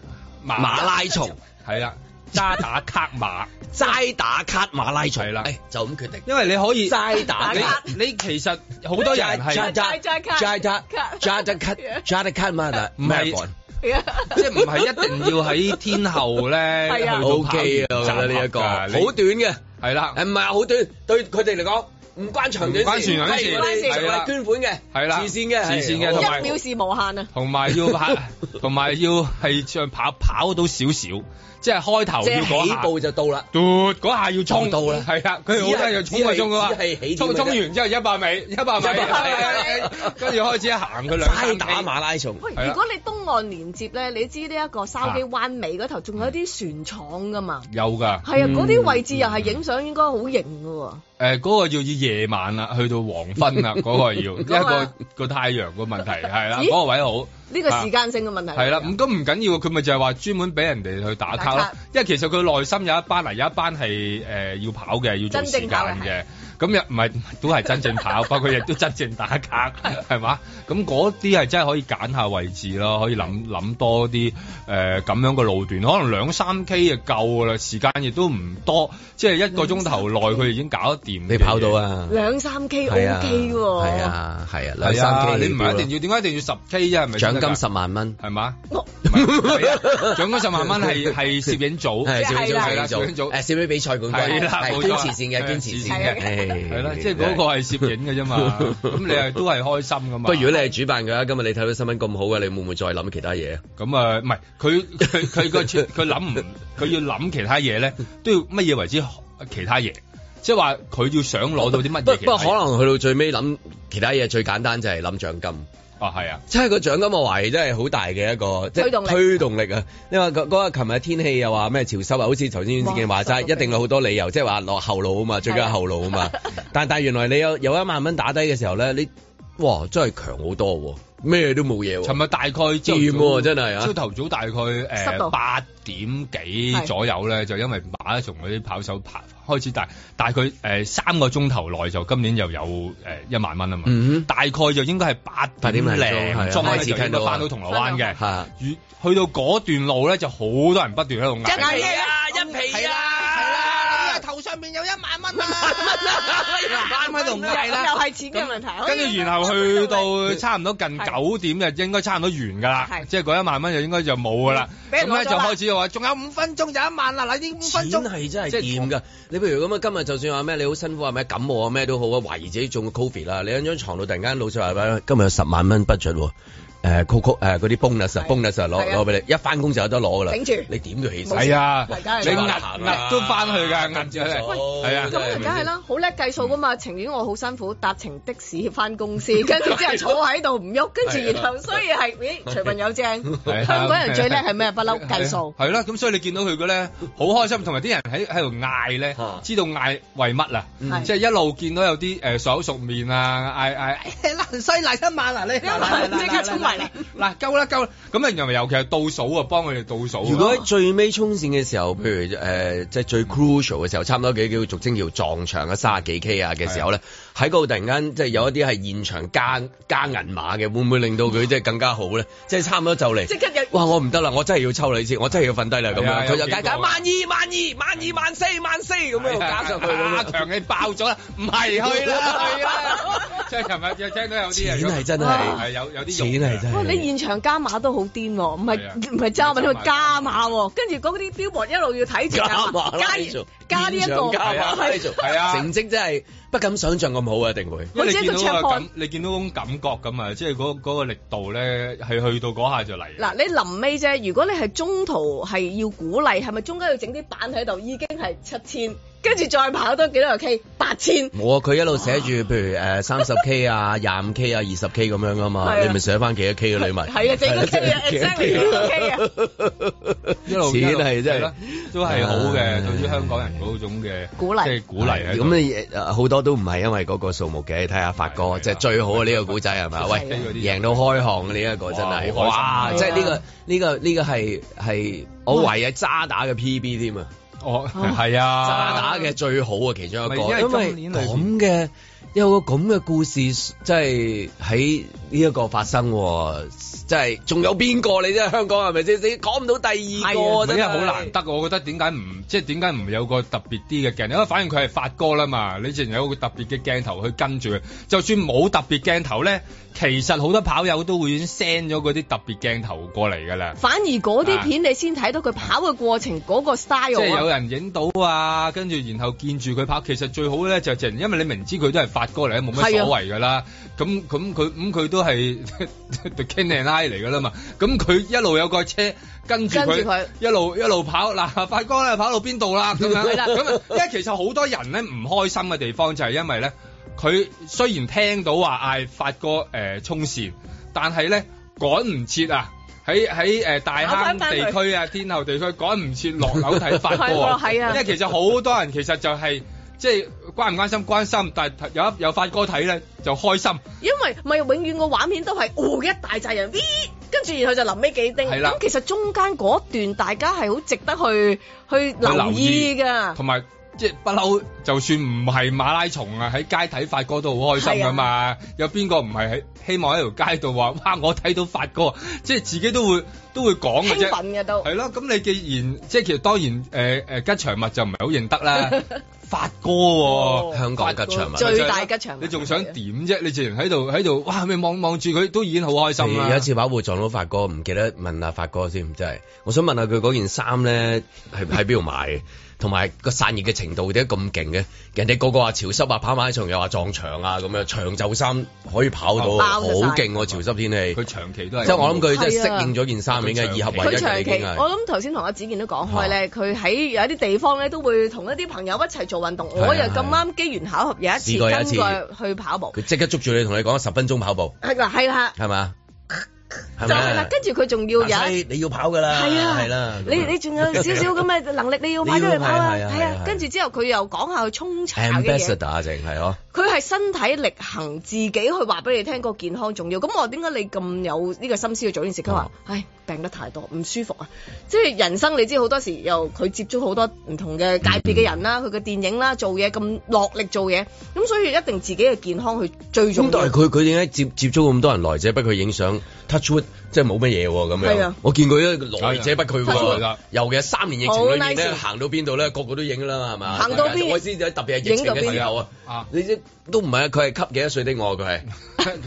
S3: 馬
S2: 馬拉松，
S3: 係啦，渣打卡馬，
S2: 齋打卡馬拉松
S3: 係啦
S2: 誒就咁決定。
S3: 因為你可以
S2: 齋打卡
S3: 你你其實好多人 係
S4: 齋
S2: 扎扎
S4: 齋卡
S2: 扎扎
S4: 卡
S2: 扎扎 卡扎扎卡馬達
S3: 唔係
S2: Melbourne
S3: 即係唔係一定要喺天後咧 去
S4: 係啊
S3: 到
S2: O K 啊，
S3: 跑
S2: 我
S3: 完
S2: 覺得呢一個
S3: 集合
S2: 好
S3: 㗎
S2: 短
S3: 你
S2: 嘅，
S3: 係啦。
S2: 誒唔係好短，對佢哋嚟講唔關長短
S3: 唔關
S2: 事，
S3: 長短事
S2: 係我哋
S3: 係啦
S2: 係啊捐款嘅，
S3: 係啦
S2: 慈善嘅，係
S3: 慈善嘅同
S2: 好
S3: 埋
S4: 一秒是無限啊！
S3: 同埋 要跑，同埋要係上跑跑到少少，即係開頭
S2: 即
S3: 要
S2: 係
S3: 嗰
S2: 起
S3: 下，
S2: 步就到啦。
S3: 嘟嗰下要衝
S2: 到啦
S3: 係啊，佢好多人要衝個鐘
S2: 只係
S3: 啊
S2: 起點
S3: 嘛，衝
S2: 嘅啫
S3: 衝完之後一百米，一百米啊
S2: 一百
S4: 米，
S3: 跟住開始行佢兩
S2: 齋
S3: 三
S2: 打
S3: 米
S2: 馬拉松，
S4: 喂，
S3: 係啦啊
S4: 如果你東岸連接咧，你知呢一個筲箕灣尾嗰頭仲有啲船廠噶嘛？
S3: 有㗎，嗯
S4: 係啊，嗰啲位置又係影相應該好型噶
S3: 誒嗰個要要夜晚啦，去到黃 昏啦，嗰個要，
S4: 嗰
S3: 一
S4: 個
S3: 個個太陽個問題係啦，
S4: 啊咦
S3: 嗰個位好。
S4: 喎，呢個
S3: 啊
S4: 時間性嘅問題嚟㗎。
S3: 係啦，咁咁唔緊要，佢咪就係話專門俾人哋去打卡
S4: 啊打
S3: 啦
S4: 卡。
S3: 因為其實佢內心有一班嗱，有一班係誒要跑嘅，要做時
S4: 真正
S3: 間嘅。咁又唔係都係真正跑，不過亦都真正 打卡，係嘛？咁嗰啲係真係可以揀下位置咯，可以諗諗多啲誒咁樣嘅路段，可能兩三 K 就夠噶啦，時間亦都唔多，即係一個鐘頭
S4: 嗯
S3: 內佢已經搞得掂。
S2: 你跑到！啊？
S4: 兩三 K
S2: 係啊
S4: OK 喎，
S2: 係，啊，係啊，兩
S3: 係啊，
S2: 三 K
S3: 你唔係一定
S2: 要
S3: 要點解一定要十 K 啫？係咪先
S2: 獎
S3: 得㗎？
S2: 金十萬蚊。
S3: 係嘛？
S4: 我
S3: 唔係 啊獎金十萬蚊 係係攝影組，
S2: 係
S4: 即
S2: 啊小
S4: 係
S2: 組
S4: 係
S2: 小
S3: 啊啦
S2: 組
S3: 小組
S2: 誒小組比賽冠軍，
S3: 係啦冇錯
S2: 係捐慈善嘅，
S3: 係啊
S2: 捐慈善
S4: 係
S2: 嘅，誒
S3: 係啦，即係嗰個係攝影嘅啫 嘛，咁你係都係開心噶嘛。
S2: 不過如果你係主辦嘅話，今日你睇到新聞咁好嘅，你會唔會再諗其他嘢啊？
S3: 咁啊，唔係佢佢佢個設 佢諗唔，佢要諗其他嘢咧，都要乜嘢為之其他嘢，即係話佢要想攞到啲乜
S2: 不
S3: 嘢其
S2: 不過
S3: 他嘢。
S2: 可能去到最尾諗其他嘢最簡單就係諗獎金。
S3: 啊，係啊，
S2: 即係個獎金，我懷疑真係好大嘅一個即係
S4: 推動力
S2: 推動力啊！你話嗰嗰日琴日天氣又話咩潮濕啊，好似頭先子健話
S4: 哇
S2: 齋，一定有好多理由，即係話落後路啊嘛，最緊係後路啊嘛。但但原來你有有一萬蚊打低嘅時候咧，你哇真係強好多喎，咩都冇嘢喎。
S3: 尋日大概朝
S2: 掂
S3: 頭
S2: 喎
S3: 早
S2: 啊真係啊
S3: 朝頭早大概
S4: 濕
S3: 誒
S4: 度
S3: 八點幾左右咧，就因為馬拉松嗰啲跑手跑開始大，大概誒三個鐘頭內就今年又有誒一萬蚊啊嘛。
S2: 嗯
S3: 大概就應該係八
S2: 8點
S3: 點零
S2: 零鐘係啊
S3: 鐘
S2: 開
S3: 咧
S2: 始
S3: 就應
S2: 聽到
S3: 該
S2: 啊
S3: 翻到銅鑼灣嘅
S2: 哼，。嚇
S3: 越去到嗰段路咧，就好多人不斷喺度嗌。
S4: 一皮啊
S2: 一
S3: 係啦，頭上面有一萬蚊啊！一萬蚊喺度嗌
S4: 咁
S3: 啦
S4: 又。係錢嘅問題。
S3: 跟住然後去到差唔多近九點就應該差唔多完㗎啦
S4: 啊係，
S3: 即係嗰一萬蚊就應該就冇㗎啦。
S4: 俾
S3: 咁
S4: 人攞
S3: 咧
S4: 咗
S3: 就
S4: 啦
S3: 開始話，仲有五分鐘就一萬啦，嗱呢五
S2: 錢
S3: 分鐘
S2: 係真係
S3: 即係
S2: 掂㗎，你譬如咁啊，今日就算話咩，你好辛苦啊，咩感冒啊，咩都好啊，懷疑自己中 Covid 啦，你喺張床度突然間老細話俾你聽今日有十萬蚊 budget 喎，誒 coco 誒嗰啲 bonus 啊 bonus 啊攞
S4: 係啊
S2: 攞俾你，一翻工就有得攞噶啦。
S4: 頂住
S2: 你點都起身。
S3: 係啊，
S4: 係梗係
S3: 你
S4: 啦
S3: 壓壓都翻去㗎，壓住
S2: 喂
S3: 佢係啊，
S4: 咁梗係啦，好叻計數噶
S2: 嗯
S4: 嘛！情願我好辛苦搭程的士翻公司， 跟住之後坐喺度唔喐，跟 住
S2: 啊
S4: 然後所以係，咦，隨運有
S3: 係啊
S4: 正。香港人最叻係咩？不嬲計
S2: 啊
S4: 數。
S3: 係啦，咁所以你見到佢嘅咧，好開心，同埋啲人喺喺度嗌咧
S2: 啊，
S3: 知道嗌為乜啦，
S2: Ừ.
S4: 係
S3: 即係一路見到有啲誒熟口熟面啊，嗌嗌哎嗱西嚟一晚啊，你
S4: 即刻衝埋嚟，
S3: 嗱夠啦夠啦，咁啊原來尤其係倒數啊，幫佢哋倒數啊。
S2: 如果喺最尾衝線嘅時候，譬如誒、呃即係最 crucial 嘅時候，差唔多幾叫俗稱叫撞牆嘅三十幾 K 啊嘅時候咧，喺嗰度突然間即係有一啲係現場加加銀碼嘅，會唔會令到
S3: 啊
S2: 佢即係更加好咧？即係差唔多就嚟，
S4: 即刻有
S2: 哇！我唔得啦，我真係要抽你先，我真係要瞓低啦咁
S3: 係啊
S2: 樣，佢
S3: 有
S2: 就
S3: 幾個
S2: 加加萬二萬二萬二萬四萬四咁樣加上去咁
S3: 阿
S2: 樣。
S3: 強你爆咗啦，唔係去 啦，去啦，即係尋日又聽到有啲
S2: 錢
S3: 人
S2: 係真
S3: 係
S2: 係，
S3: 有有啲
S2: 錢
S3: 用嘅
S2: 係真
S4: 哇！你
S2: 係。啊
S4: 現場加碼都好癲喎，唔
S3: 係啊
S4: 係唔係加碼，你咪加碼喎。跟住嗰啲 billboard 一路要睇住
S2: 啊加
S4: 碼
S2: 碼
S4: 加
S2: 拉
S4: 完
S2: 做
S4: 加呢一個，
S2: 現場加碼拉
S4: 係
S2: 做，
S3: 係啊
S2: 成績真係不敢想象咁好啊，一定會。
S3: 因為你見
S4: 或者一
S3: 到
S4: 個
S3: 個
S4: check
S3: 感，你見到嗰種感覺咁啊，即係嗰嗰個力度咧，係去到嗰下就嚟。
S4: 嗱，你臨尾啫，如果你係中途係要鼓勵，係咪中間要整啲板喺度，已經係七千，跟住再跑多幾多個 K，八千。
S2: 冇啊！佢一路寫住，譬如誒三十 K 啊、廿五 K 啊、二十 K 咁樣噶嘛，
S4: 係啊
S2: 你咪寫翻幾多 K 嘅你咪
S4: 係啊整個 K 啊
S2: 係啊
S4: exactly 整個 K 啊
S2: 啊，
S3: 一路
S2: 錢
S3: 一路
S2: 係真
S3: 啦
S2: 係。
S3: 都係好
S2: 唉
S3: 嘅，對於香港人嗰種嘅
S4: 鼓勵
S3: 即係啊鼓勵喺度
S2: 啊咁你誒好多都唔係因為嗰個數目嘅，睇下發
S3: 係
S2: 哥
S3: 啊
S2: 即係最好嘅呢個古仔 係咪？
S3: 係啊
S2: 喂，贏到開行呢一個真係，
S3: 哇好
S2: 哇！
S4: 開心
S2: 即係呢個呢個呢個係係我唯係渣打嘅 PB 添啊！
S3: 哦，係
S2: 渣
S3: 啊，
S2: 打嘅最好啊，其中一個，
S3: 咪因為
S2: 因為
S3: 今年裏
S2: 咁嘅有個咁嘅故事，即係喺呢一個發生喎，即係仲有邊個你啫？香港係咪先？你講唔到第
S3: 唔
S2: 二個，
S3: 係因
S2: 真
S3: 為
S2: 係
S3: 好難。得，我覺得點解唔即係點解唔有個特別啲嘅鏡頭？因為反正佢係發哥啦嘛，你自然有個特別嘅鏡頭去跟住佢。就算冇特別鏡頭咧，其實好多跑友都會已經 send 咗嗰啲特別鏡頭過嚟㗎啦。
S4: 反而嗰啲片你先睇到佢跑嘅過程嗰個
S3: 即
S4: style
S3: 係有
S4: 啊，
S3: 人影到啊，跟住然後見住佢拍，其實最好咧就係，因為你明知佢都係發哥嚟，冇
S4: 啊
S3: 乜所謂㗎啦。咁咁佢咁佢都係 The King and I 嚟㗎啦嘛。咁佢一路有個車跟住
S4: 跟住佢
S3: 佢，一路一路跑。嗱，發哥咧跑到邊度啦？咁樣
S4: 係啦
S3: 咁啊，因為其實好多人咧唔開心嘅地方就係因為咧，佢雖然聽到話嗌發哥誒衝線，但係咧趕唔切啊！喺喺誒大
S4: 跑返
S3: 坑
S4: 返去
S3: 地區啊、天后地區趕唔切落樓睇發哥啊，
S4: 係喎係啊
S3: 因為其實好多人其實就係、即係關唔關心關心，但係有一有發哥睇咧就開心，
S4: 因為咪永遠個畫面都係哦一大扎人，咦跟住然後就臨尾幾丁，
S3: 係啦
S4: 咁其實中間嗰段大家係好值得去去留意㗎。
S3: 同埋即係不嬲，就算唔係馬拉松啊，喺街睇發哥都好開心噶嘛。有邊個唔係喺希望喺條街度話哇我睇到發哥，即係自己都會都會講嘅
S4: 興
S3: 啫。
S4: 奮嘅都
S3: 係咯，咁你既然即係其實當然誒誒、呃吉祥物就唔係好認得 啦，發哥喎、
S4: 哦
S2: 香港吉祥物
S4: 最大吉祥物，
S3: 你仲想點啫？你自然喺度喺度，哇！咪望望住佢都已經好開心
S4: 啊
S3: 啦。
S2: 有一次跑步撞到發哥，唔記得問下發哥先，真係。我想問下佢嗰件衫咧，係喺邊度買嘅？同埋個散熱嘅程度點解咁勁嘅？人哋個個話潮濕啊，跑馬拉松又話撞牆啊咁樣，長袖衫可以跑到，好
S4: 哦包咗晒
S2: 勁喎！潮濕天氣
S3: 佢，長期都係咁，
S2: 即係我諗佢即係
S4: 係啊
S2: 適應咗件衫，應該二合為
S4: 佢
S2: 一嘅
S4: 長
S2: 已
S4: 期
S2: 經，係。
S4: 我諗頭先同阿子健都講開咧，佢喺有一啲地方咧都會同一啲朋友一齊做運動。
S2: 係啊
S4: 我又咁啱機緣巧合有一次
S2: 試過有一
S4: 跟
S2: 次
S4: 佢去跑步，
S2: 佢即刻捉住你，同你講十分鐘跑步，
S4: 係啦係啦，
S2: 係嘛？
S4: 就係
S2: 係
S4: 啦
S2: 咪。
S4: 跟住佢仲要有
S2: 阿
S4: 一
S2: 西你要跑㗎啦，
S4: 係啊，
S2: 係啦。
S4: 你你仲有少少 咁嘅能力，你要買咗嚟跑啊，
S2: 你要買係啊
S4: 係
S2: 係
S4: 啊
S2: 啊，
S4: 跟住之後佢又講下佢沖茶嘅嘢，
S2: ambassador 淨係咯，
S4: 佢係身體力行，自己去話俾你聽個健康重要。咁我點解你咁有呢個心思去做呢件事？佢話：唉，病得太多，唔舒服啊！即係人生，你知好多時又佢接觸好多唔同嘅界別嘅人啦，
S3: 嗯
S4: 佢嘅電影啦，做嘢咁落力做嘢，咁所以一定自己嘅健康去最
S2: 咁
S4: 重
S2: 但
S4: 要
S2: 係。佢佢點解接接觸咁多人來者不拒影相 touch wood 即係冇乜嘢喎咁
S4: 係
S2: 樣
S4: 啊。
S2: 我見佢咧來者不拒
S3: touch wood
S2: 喎，尤其係三年疫情裏面咧，
S4: 好 nice
S2: 行到邊度咧，個個都影啦，係嘛？
S4: 行到邊
S2: 我先至特別係疫情嘅時候啊
S3: 影到邊啊，
S2: 你知都唔係啊佢係給幾多歲的我，佢係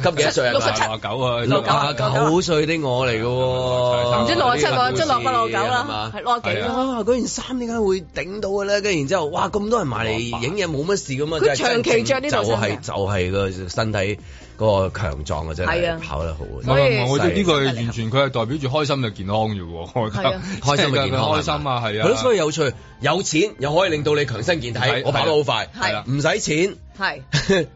S2: 給幾多歲啊？
S4: 六十
S2: 佢
S4: 七
S3: 六
S2: 係
S3: 啊九啊，
S2: 六
S4: 九啊
S2: 啊九歲的我嚟嘅喎，
S4: 唔知六啊七個，
S2: 呢個故
S4: 即係
S2: 事
S4: 落八落九
S2: 係
S4: 啦
S2: 嘛，
S4: 係落幾
S3: 係
S4: 啦。
S2: 啊！嗰件衫點解會頂到嘅咧？跟住然之後，哇！咁多人埋嚟影嘢冇乜事咁啊！
S4: 佢長期
S2: 真係
S4: 着呢套
S2: 就
S4: 衫
S2: 係
S4: 嘅
S2: 就係個身體嗰個強壯啊，真
S4: 係
S2: 係
S4: 啊
S2: 跑得好啊
S3: 唔係唔係，我覺得
S2: 真係
S3: 呢個完全佢係代表住開心嘅健康嘅喎，我覺
S4: 係
S3: 得
S4: 啊
S2: 開心嘅健康
S3: 開心啊，係
S2: 係咯，所
S3: 啊，
S2: 以有趣，有錢又可以令到你強身健體
S3: 係，啊
S2: 我跑得好快
S4: 係啦，
S2: 唔使錢。
S4: 係。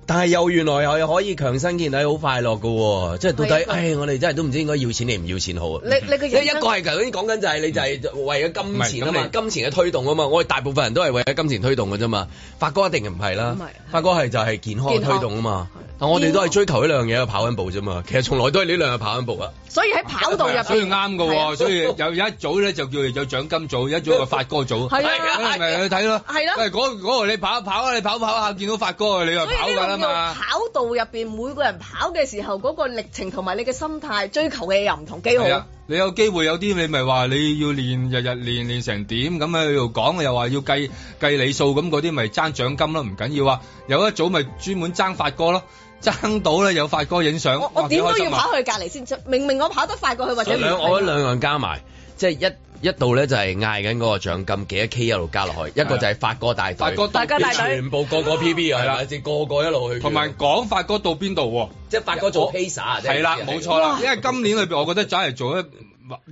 S2: 但係又原來又可以強身健體，好快樂噶喎！即係到
S4: 係
S2: 底
S4: 啊，
S2: 唉，我哋真係都唔知應該要錢定唔要錢好啊！
S4: 你你個
S2: 因為
S4: 人
S2: 一
S4: 生
S2: 個係頭先講緊就係你就係為咗金錢啊
S3: 唔
S2: 嘛
S3: 係，
S2: 金錢嘅推動啊嘛，我哋大部分人都係為咗金錢推動嘅啫嘛。發哥一定唔係啦
S4: 唔係，
S2: 發哥係就係健康嘅
S4: 健康
S2: 推動啊嘛。但我哋都係追求呢兩樣嘢，跑緊步啫嘛。其實從來都係呢兩樣跑緊步啊。
S4: 所以喺跑道入邊，
S3: 所以啱嘅
S4: 係啊
S3: 喎，所以有有一組咧就叫有獎金組，一組就發哥組，
S4: 係啊
S3: 咁你咪去睇咯，
S4: 係啦
S3: 喂嗰嗰個你跑一跑啊，你跑一跑下見到發哥，你又
S4: 所以
S3: 跑
S4: 呢
S3: 㗎
S4: 個
S3: 啦
S4: 叫
S3: 嘛。
S4: 跑道入邊，每個人跑嘅時候嗰個歷程同埋你嘅心態追求嘅嘢又唔同，幾好
S3: 係。啊，你有機會有啲你咪話你要練日日練練成點咁喺度講，又話要計計理數咁嗰啲咪爭獎金咯，唔緊要啊！有一組咪專門爭發哥咯，爭到咧有發哥影相，
S4: 我
S3: 哇
S4: 我
S3: 幾
S4: 點
S3: 開
S4: 都
S3: 心
S4: 要
S3: 啊
S4: 跑去隔離先，明明我跑得快過去或者
S2: 所以
S4: 唔
S2: 兩
S4: 快
S2: 我覺得兩樣加埋，即係一一度咧就係嗌緊嗰個獎金幾多 K 一路加落去，一個就係發哥大隊，
S3: 發哥大
S4: 家大隊
S2: 全部個個 PB 啊，係咪先？個個一路去，
S3: 啊同埋講發哥到邊度喎？
S2: 即係發哥做 Pacer，
S3: 啊係啦，冇錯啦，因為今年裏邊，我覺得真係做一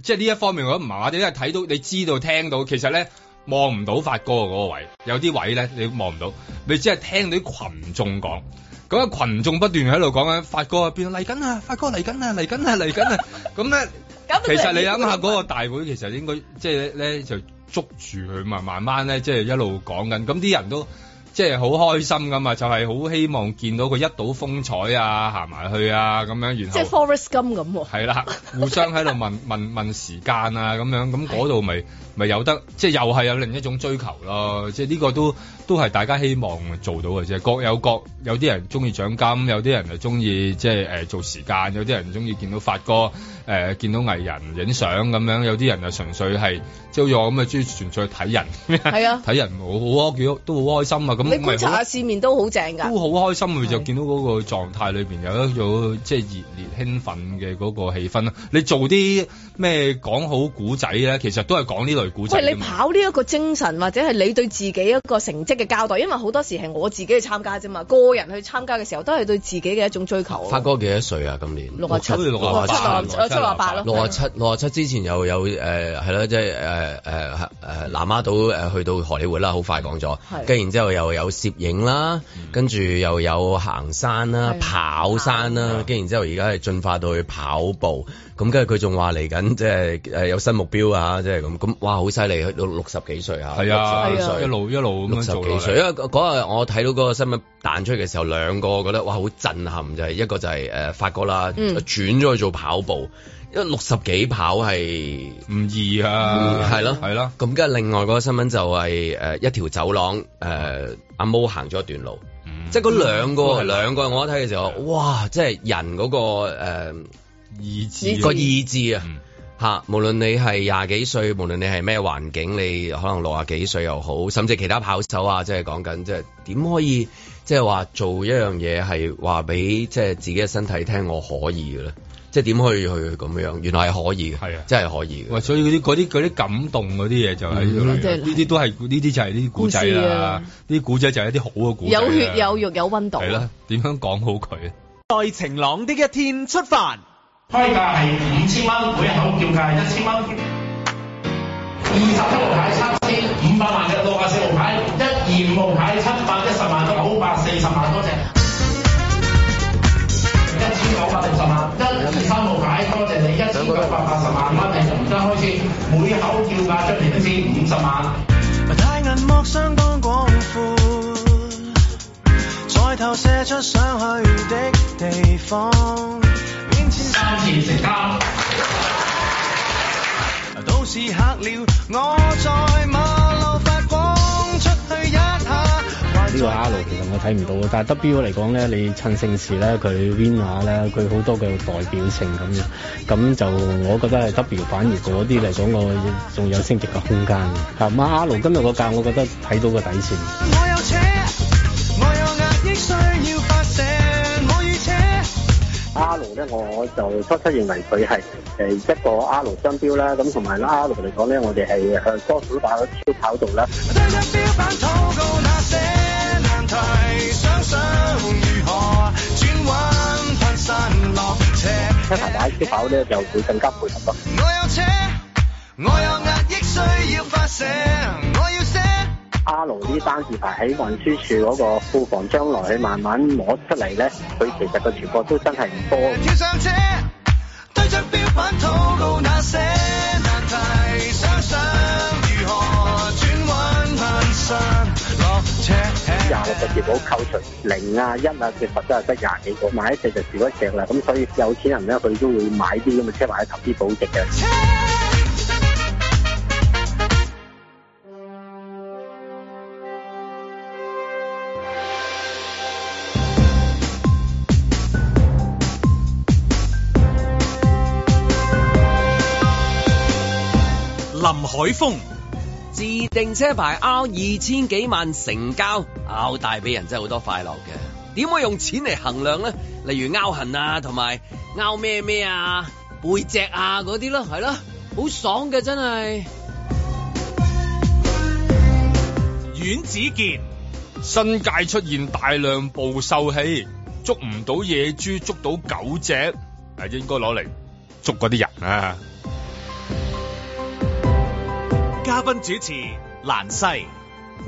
S3: 即係呢一方面，我覺得唔麻麻地，因為睇到你知道聽到，其實咧望唔到發哥嗰個位，有啲位咧你望唔到，你只係聽到啲群眾講。咁啊，群眾不斷喺度講緊發哥啊，邊度嚟緊啊，發哥嚟緊啊，嚟緊啊，嚟緊啊，咁咧。
S4: 搞到
S3: 其實你
S4: 兩
S3: 諗
S4: 邊
S3: 下
S4: 都
S3: 嗰個大會，其實應該即係咧就捉住佢嘛，慢慢咧即係一路講緊，咁啲人都即係好開心噶嘛，就係、好希望見到佢一睹風採啊，行埋去啊咁樣，然
S4: 即係
S3: 後
S4: Forest 金咁喎。
S3: 係啦，互相喺度問問問時間啊咁樣，咁嗰度咪咪有得即係又係有另一種追求咯，即係呢個都都係大家希望做到嘅啫，各有各，有啲人中意獎金，有啲人就中意即係誒、呃做時間，有啲人中意見到發哥。誒、見到藝人影相咁樣，有啲人就啊純粹係即係好似我咁啊，中意純粹去睇人，
S4: 係啊
S3: 睇人好好啊，幾好都好開心啊，咁
S4: 你觀
S3: 咪
S4: 察
S3: 好
S4: 下市面都好正㗎，
S3: 都好開心佢就
S4: 係
S3: 見到嗰個狀態裏邊有一種即係熱烈興奮嘅嗰個氣氛啦。你做啲咩講好古仔咧，其實都係講呢類古仔
S4: 喂，
S3: 㗎
S4: 你
S3: 嘛。
S4: 跑呢一個精神或者係你對自己一個成績嘅交代，因為好多時係我自己去參加啫嘛，個人去參加嘅時候都係對自己嘅一種追求。
S2: 發哥幾多歲啊？今年
S4: 六啊七，
S3: 好似
S4: 六
S3: 六
S4: 啊
S3: 啊
S4: 七，
S3: 八
S4: 六啊七，六啊八咯，
S2: 六啊七，六啊七之前又有誒係啦，即係誒誒誒南丫島誒去到荷里活啦，好快講咗
S4: 係，
S2: 跟然之後又有攝影啦，跟住又有行山啦
S4: 係、
S2: 跑山啦，跟然之後而家係進化到去跑步，咁跟住佢仲話嚟緊即係誒有新目標啊，即係咁，咁哇好犀利，去到六十幾歲啊，
S3: 係啊，
S2: 60幾歲
S3: 一路一路
S2: 六
S3: 咁
S2: 十
S3: 樣做
S2: 幾
S3: 落
S2: 歲，因
S3: 嚟。
S2: 為嗰日我睇到嗰個新聞彈出嚟嘅時候，兩個我覺得哇好震撼，就係、一個就係、呃法國啦，
S4: 嗯
S2: 轉咗去做跑步，因為六十幾跑係。
S3: 唔易啊，
S2: 係咯，
S3: 係咯，
S2: 咁跟住另外嗰個新聞就係、呃一條走廊，誒阿毛行咗一段路，
S3: 嗯
S2: 即係嗰兩個兩個我一睇嘅時候，哇！即係人嗰、個誒
S3: 意
S4: 意
S3: 志
S2: 個意志啊
S3: 嗯！
S2: 嚇，無論你係廿幾歲，無論你係咩環境，你可能六啊幾歲又好，甚至其他跑手啊，即係講緊即係點可以即係話做一樣嘢係話俾即係自己嘅身體聽我可以嘅咧？即係點可以去咁樣？原來係可以嘅，
S3: 係啊
S2: 真係可以嘅
S3: 喂，。所以嗰啲嗰啲嗰啲感動嗰啲嘢就喺呢度
S4: 嗯
S3: 嚟
S4: 即係
S3: 㗎，呢啲都係呢啲就係呢啲古仔
S4: 故事
S3: 啦
S4: 啊，
S3: 呢啲古仔就係一啲好嘅古仔啦。
S4: 有血有肉啊有温度。
S3: 係啦，點樣講好佢？
S5: 在晴朗的一天出發。
S11: 開價係五千蚊，每口叫價一千蚊。二十一號牌三千五百萬嘅六十四號牌，一二五號牌七百一十萬到九百四十萬，多謝。一千九百六十萬，一二三號牌，多謝你一千九百八十萬蚊，你由而家開始每口叫價出嚟先五十萬。
S12: 大銀幕相當廣闊，在投射出想去的地方。面前
S11: 三次成交。
S12: 都是客了，我在馬路發光，出去一下。
S9: 呢個 R 其實我睇唔到，但係 W 嚟講咧，你趁勝時咧，佢 win 下咧，佢好多嘅代表性咁樣，咁就我覺得係 W 反而嗰啲嚟講，我仲有升值嘅空間嘅。啊，馬 R 今日個價，我覺得睇到個底線。
S12: 我有車，我有壓抑需要發射，我與車。
S9: R 咧，我就初初認為佢係
S13: 呃
S9: 誒一個 R 商標啦，咁同埋 R 嚟講咧，我哋係
S13: 呃
S9: 向多數打咗超跑度啦。
S12: 對着標板禱告那些難題，想想如何轉運。
S13: 行玩消跑咧就會更加配合咯。
S12: 我有車，我有壓抑需要發射，我要寫。
S13: R 呢單字牌喺運輸署嗰個庫房，將來佢慢慢摸出嚟咧，佢其實個全國都真係唔多。
S12: 跳上車，對着標板吐露那些難題，想想如何轉彎攀上落斜。
S13: 廿六個字簿扣除零啊一啊，其實都係得廿幾個，買一隻就少一隻啦。咁所以有錢人咧，佢都會買啲咁嘅車或者投資保值嘅。
S1: 林海峰、
S2: 自定車牌 R 二千幾萬成交，拗大俾人真係好多快樂嘅。點會用錢嚟衡量咧？例如拗痕啊，同埋拗咩咩啊、背脊啊嗰啲咯，係咯，好爽嘅真係。
S1: 阮子健、
S3: 新界出現大量捕獸器，捉唔到野豬，捉到九隻，係應該攞嚟捉嗰啲人啊！
S1: 嘉賓主持蘭西。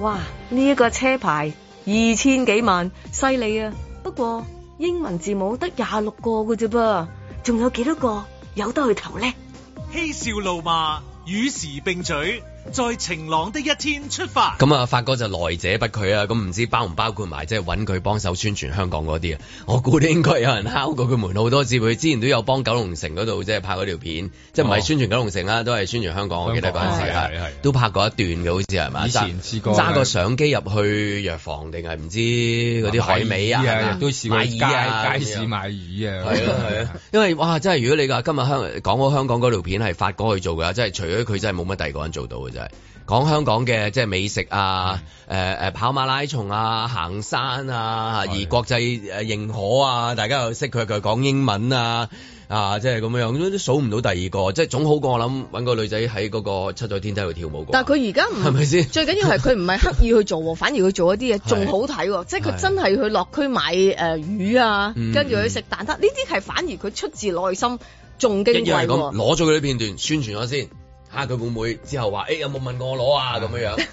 S4: 哇！呢、一個車牌二千幾萬，犀利啊！不過英文字母得廿六個嘅啫噃，仲有幾多個有得去投咧？
S1: 嬉笑怒罵，與時並舉，在晴朗的一天出發。
S2: 咁啊，發哥就來者不拒啊！咁唔知包唔包括埋即係揾佢幫手宣傳香港嗰啲啊？我估咧應該有人敲過佢門好多次，佢之前都有幫九龍城嗰度即係拍嗰條片，即係
S3: 哦
S2: 唔係宣傳九龍城啦，都係宣傳香港。我記得嗰陣時
S3: 係係係
S2: 係都拍過一段嘅，好似係嘛？
S3: 以前試過
S2: 揸個相機入去藥房定係唔知嗰啲海味啊，
S3: 買
S2: 係
S3: 耳
S2: 嘛
S3: 亦都試過
S2: 買耳啊
S3: 街街
S2: 咁
S3: 市
S2: 樣
S3: 買耳啊，
S2: 係啊係啊，因為哇，真係如果你話今日香講好香港嗰條片係發哥去做㗎，真係除咗佢真係冇乜第二個人做到嘅真係。講香港嘅即係美食啊，誒、誒跑馬拉松啊，行山啊，
S3: 哦
S2: 而國際誒認可啊，大家又識佢，佢講英文啊，啊即係咁樣樣，都數唔到第二個，即係總好過我諗揾個女仔喺嗰個七彩天梯度跳舞過。
S4: 但係佢而家唔
S2: 係咪先
S4: 最緊要係佢唔係刻意去做喎，反而佢做一啲 嘢仲好睇喎，即係佢
S2: 係
S4: 真係去落區買誒、呃、魚啊，
S2: 嗯
S4: 跟住去食蛋撻，呢啲係反而佢出自內心，仲矜
S2: 一樣
S4: 貴
S2: 係咁，
S4: 喎。
S2: 攞咗佢啲片段宣傳咗先，嚇佢會唔會之後話哎誒、有冇問過我攞啊咁樣樣？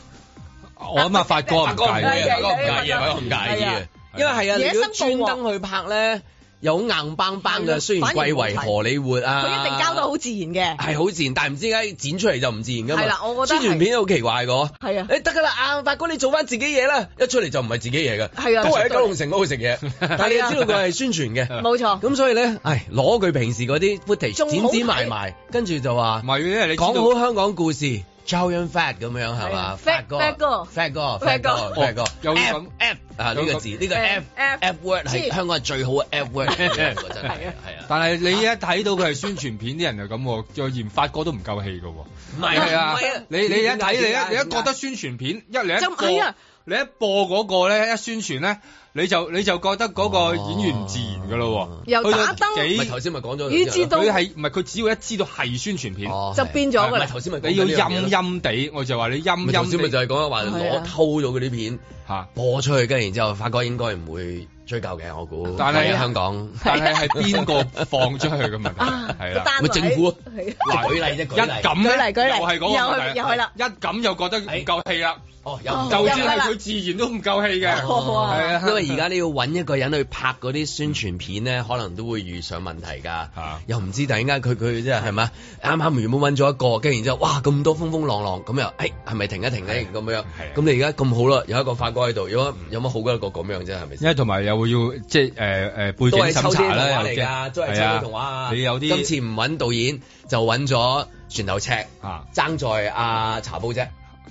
S3: 我諗啊發哥唔
S2: 發
S3: 介
S2: 哥唔介
S3: 意
S2: 意，
S3: 啊，
S2: 發哥唔介意，發哥唔介意
S3: 係
S2: 啊
S3: 啊，
S2: 因為係啊，
S4: 野
S2: 你如果
S4: 生
S2: 專
S4: 報
S2: 登去拍咧，有硬邦邦
S4: 係
S2: 嘅，
S4: 啊
S2: 雖然貴為荷里活啊，
S4: 佢一定交得好自然嘅，
S2: 係好自然，但係唔知點解剪出嚟就唔自然噶嘛。
S4: 係啦我覺得係
S2: 宣傳片都好奇怪個。
S4: 係啊，
S2: 誒得噶啦，啊發哥你做翻自己嘢啦，一出嚟就唔係自己嘢嘅，
S4: 係啊
S2: 都係
S4: 絕
S2: 喺
S4: 對
S2: 九龍城嗰度食嘢， 但係你又知道佢係宣傳嘅，
S4: 冇錯。
S2: 咁所以咧，唉，攞佢平時嗰啲 footage
S4: 啊仲
S2: 剪
S4: 好睇
S2: 剪埋埋，跟住就話
S3: 唔係因為你知道
S2: 講好香港故事，Giant Fat 咁樣係嘛
S4: 啊 Fat- Fat 哥
S2: ，Fat 哥
S4: Fat 哥
S2: Fat 哥
S3: 哦有
S2: F
S3: 咁
S2: F 啊呢個字，呢個 F
S4: F-
S2: F word 係
S4: G
S2: 香港係最好嘅 F word，嚟嘅呢個真係
S4: 係啊
S2: 係啊。
S3: 但係你一睇到佢係宣傳片，啲人就咁喎，又嫌發哥都唔夠氣㗎喎。
S2: 唔
S3: 係啊
S2: 唔係啊，
S3: 你你一睇你
S2: 點解
S3: 一你一覺得
S2: 點解
S3: 宣傳片，一你一
S4: 就唔
S3: 播
S4: 係啊，
S3: 你一播嗰個咧，一宣傳咧，你就你就覺得嗰個演員唔自然㗎咯喎。
S4: 又
S3: 去到
S4: 打燈
S3: 幾
S2: 哦咪頭先咪講咗
S4: 以至到
S3: 佢係唔係佢只要一知道係宣傳片，
S2: 哦
S4: 就
S2: 係
S4: 變咗㗎
S2: 唔係
S4: 啦。
S2: 頭先咪講
S3: 你要
S2: 緊呢樣
S3: 陰
S2: 嘢咯
S3: 陰地，我就話你陰
S2: 咪頭先咪
S3: 陰
S2: 就
S3: 地
S2: 係講話
S4: 係
S2: 攞
S4: 啊
S2: 偷咗嗰啲片
S3: 嚇。
S2: 播出去，跟住然之後發覺應該唔會追究嘅，我估。
S3: 但係
S2: 喺香港，
S3: 但係係邊 個放出去嘅問題
S4: 啊，
S3: 係
S4: 個
S3: 啦。
S4: 單
S2: 咪
S4: 位
S2: 政 府啊
S4: 係
S2: 嗱舉例啫，
S3: 一
S2: 舉例。
S3: 咁咧，
S4: 舉例舉例
S3: 又係嗰個問題
S4: 又係又係啦
S3: 一咁又覺得唔夠氣啦，
S2: 哦，有
S4: 哦
S3: 就
S4: 又
S3: 算
S4: 係
S3: 係
S4: 啦
S3: 佢自然都唔夠氣嘅，
S4: 哦
S3: 係啊，
S2: 因為而家你要揾一個人去拍嗰啲宣傳片咧， 可能都會遇上問題㗎
S3: 嚇。
S2: 又唔知突然間佢佢即係係咪啱啱原本揾咗一個，跟住然之後哇咁多風風浪浪，咁又誒係咪停一停咧咁樣
S3: 啊？
S2: 咁你而家咁好啦，有一個法國喺度，有
S3: 嗯
S2: 乜有乜好過一個咁樣啫？係咪
S3: 因
S2: 先？
S3: 為同埋又會要即係誒誒背
S2: 都
S3: 景
S2: 係
S3: 審
S2: 抽啲童
S3: 查
S2: 話
S3: 啦，
S2: 嚟
S3: 又
S2: 㗎，都係抽啲童話啊！
S3: 你有
S2: 今
S3: 啲
S2: 次唔揾導演，就揾咗船頭尺，
S3: 啊
S2: 爭在阿茶煲啫，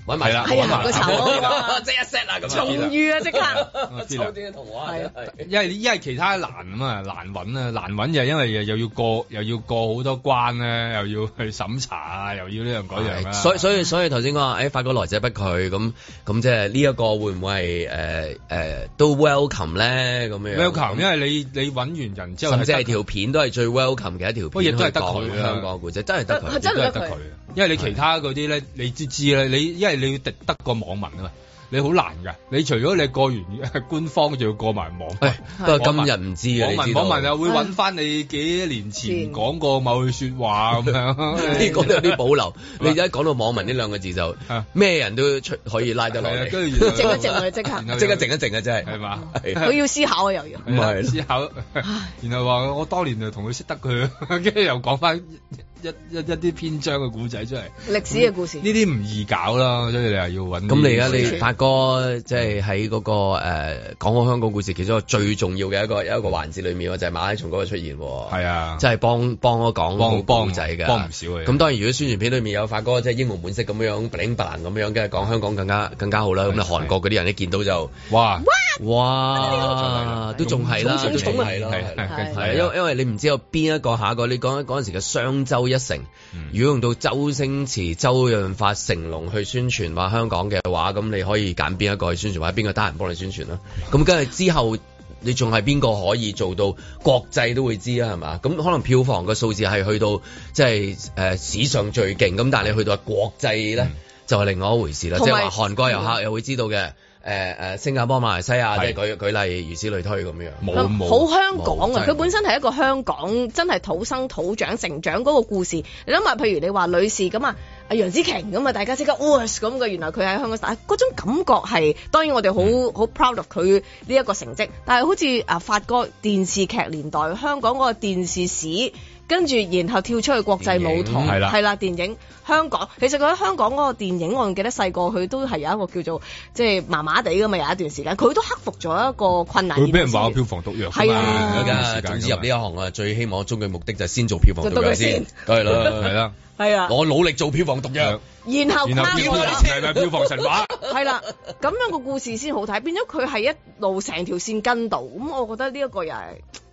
S2: 揾埋
S3: 係啦
S2: 茶煲
S3: 係啊個茶 煲
S4: 啊
S2: 即係一 set 啦咁樣。
S4: 重遇啊！即 刻
S3: 我知
S2: 抽
S3: 啦
S2: 啲童話
S4: 係
S2: 真
S4: 啊
S2: 係。
S3: 因為因為其他難啊嘛，難揾啊，難揾就係因為又要過又要過好多關咧，又要去審查啊，又要呢樣嗰樣啊，
S2: 所以所以所以頭先講話，誒法國來者不拒咁咁，即係呢一個會唔會係誒誒都 welcome 咧咁樣
S3: welcome，因為你你揾完人之後
S2: 甚至係
S3: 得佢
S2: 條片都係最 welcome 嘅一條
S3: 不過亦
S2: 片，
S3: 都係
S2: 去
S3: 得佢
S2: 講
S3: 啊
S2: 香港故仔，真係得
S4: 得
S2: 佢
S4: 真係
S3: 都係
S4: 得
S3: 得
S4: 佢
S3: 佢，因為你其他嗰啲咧，你知知啦，你因為你要敵得個網民啊嘛。你好難㗎，你除咗你過完 官方，仲要過埋網民。
S2: 不過今日唔知嘅，
S3: 網
S2: 你
S3: 民
S2: 知道
S3: 網民又會揾翻你幾年前講過某句説話咁樣。
S2: 呢個都有啲保留。你而家講到網民呢兩個字 就咩人都出可以拉得落嚟，
S3: 跟
S4: 住然後靜 一靜 啊即刻
S3: 然後
S2: 即刻靜一靜啊！真係
S3: 係嘛？
S4: 佢要思考啊，又要。
S2: 唔係
S3: 思考，然後話我當年就同佢識得佢， 跟住又講翻一一一啲篇章嘅古仔出嚟。
S4: 歷史嘅故事
S3: 呢啲唔易搞啦，所以你又要揾。
S2: 咁你而家你發哥即係喺嗰個誒講好香港故事其中一個最重要嘅一個一個環節裏面喎，就係馬拉松嗰個出現喎。係
S3: 啊，
S2: 即係幫幫我講
S3: 幫
S2: 好故仔㗎，
S3: 幫唔少嘅
S2: 咁當然如果宣傳片裏面有發哥即係英雄本色咁樣 bling bling 咁樣，梗係講香港更加更加好啦。咁你韓國嗰啲人一見到就
S3: 哇
S2: 哇都仲係啦，
S3: 湧
S2: 都
S3: 湧
S2: 仲
S3: 湧啊
S2: 係啦，係啦
S3: 係
S2: 係啊因為因為你唔知有邊一個下一個，你講嗰陣時嘅雙周一城，如果用到周星馳、周潤發、成龍去宣傳話香港嘅話，咁你可以揀邊一個去宣傳，或者邊個單人幫你宣傳啦。咁跟住之後。你仲係邊個可以做到國際都會知啊？係嘛？咁可能票房嘅數字係去到即係誒、呃史上最勁，咁但係你去到國際咧、就係另外一回事啦。即
S3: 同
S2: 係
S3: 埋
S2: 話韓國遊客又會知道嘅，誒、誒呃新加坡、馬來西亞，即係舉舉例，如此類推咁樣。
S4: 啊好香港
S2: 冇
S4: 啊！佢本身係一個香港，真係土生土長成長嗰個故事。你諗下，譬如你話女士咁啊，阿楊紫瓊咁啊，大家即刻哇咁啊嘅，原來佢喺香港打嗰種感覺係，當然我哋好好 proud of 佢呢一個成績。但係好似啊發哥電視劇年代，香港嗰個電視史。跟住，然後跳出去國際舞
S10: 電影
S4: 台，
S10: 係啦
S4: 係啦，電影香港，其實佢喺香港嗰個電影，我仲記得細個佢都係有一個叫做即係麻麻地㗎嘛，有一段時間，佢都克服咗一個困難。
S3: 佢俾人話我票房毒藥㗎
S4: 係
S3: 嘛
S4: 啊
S3: 有一段
S2: 而
S3: 時
S2: 家呃
S3: 間
S2: 總之入呢一行啊，最希望終極目的就係先做票房毒藥先，梗係啦，
S3: 係啦。
S4: 係啊，
S2: 我努力做票房毒藥，
S4: 然後
S2: 然後
S4: 跨
S2: 票
S4: 過
S2: 房
S4: 啦，
S2: 係咪票房神話？
S4: 係啦，咁樣個故事先好睇，變咗佢係一路成條線跟到，咁我覺得呢一個又係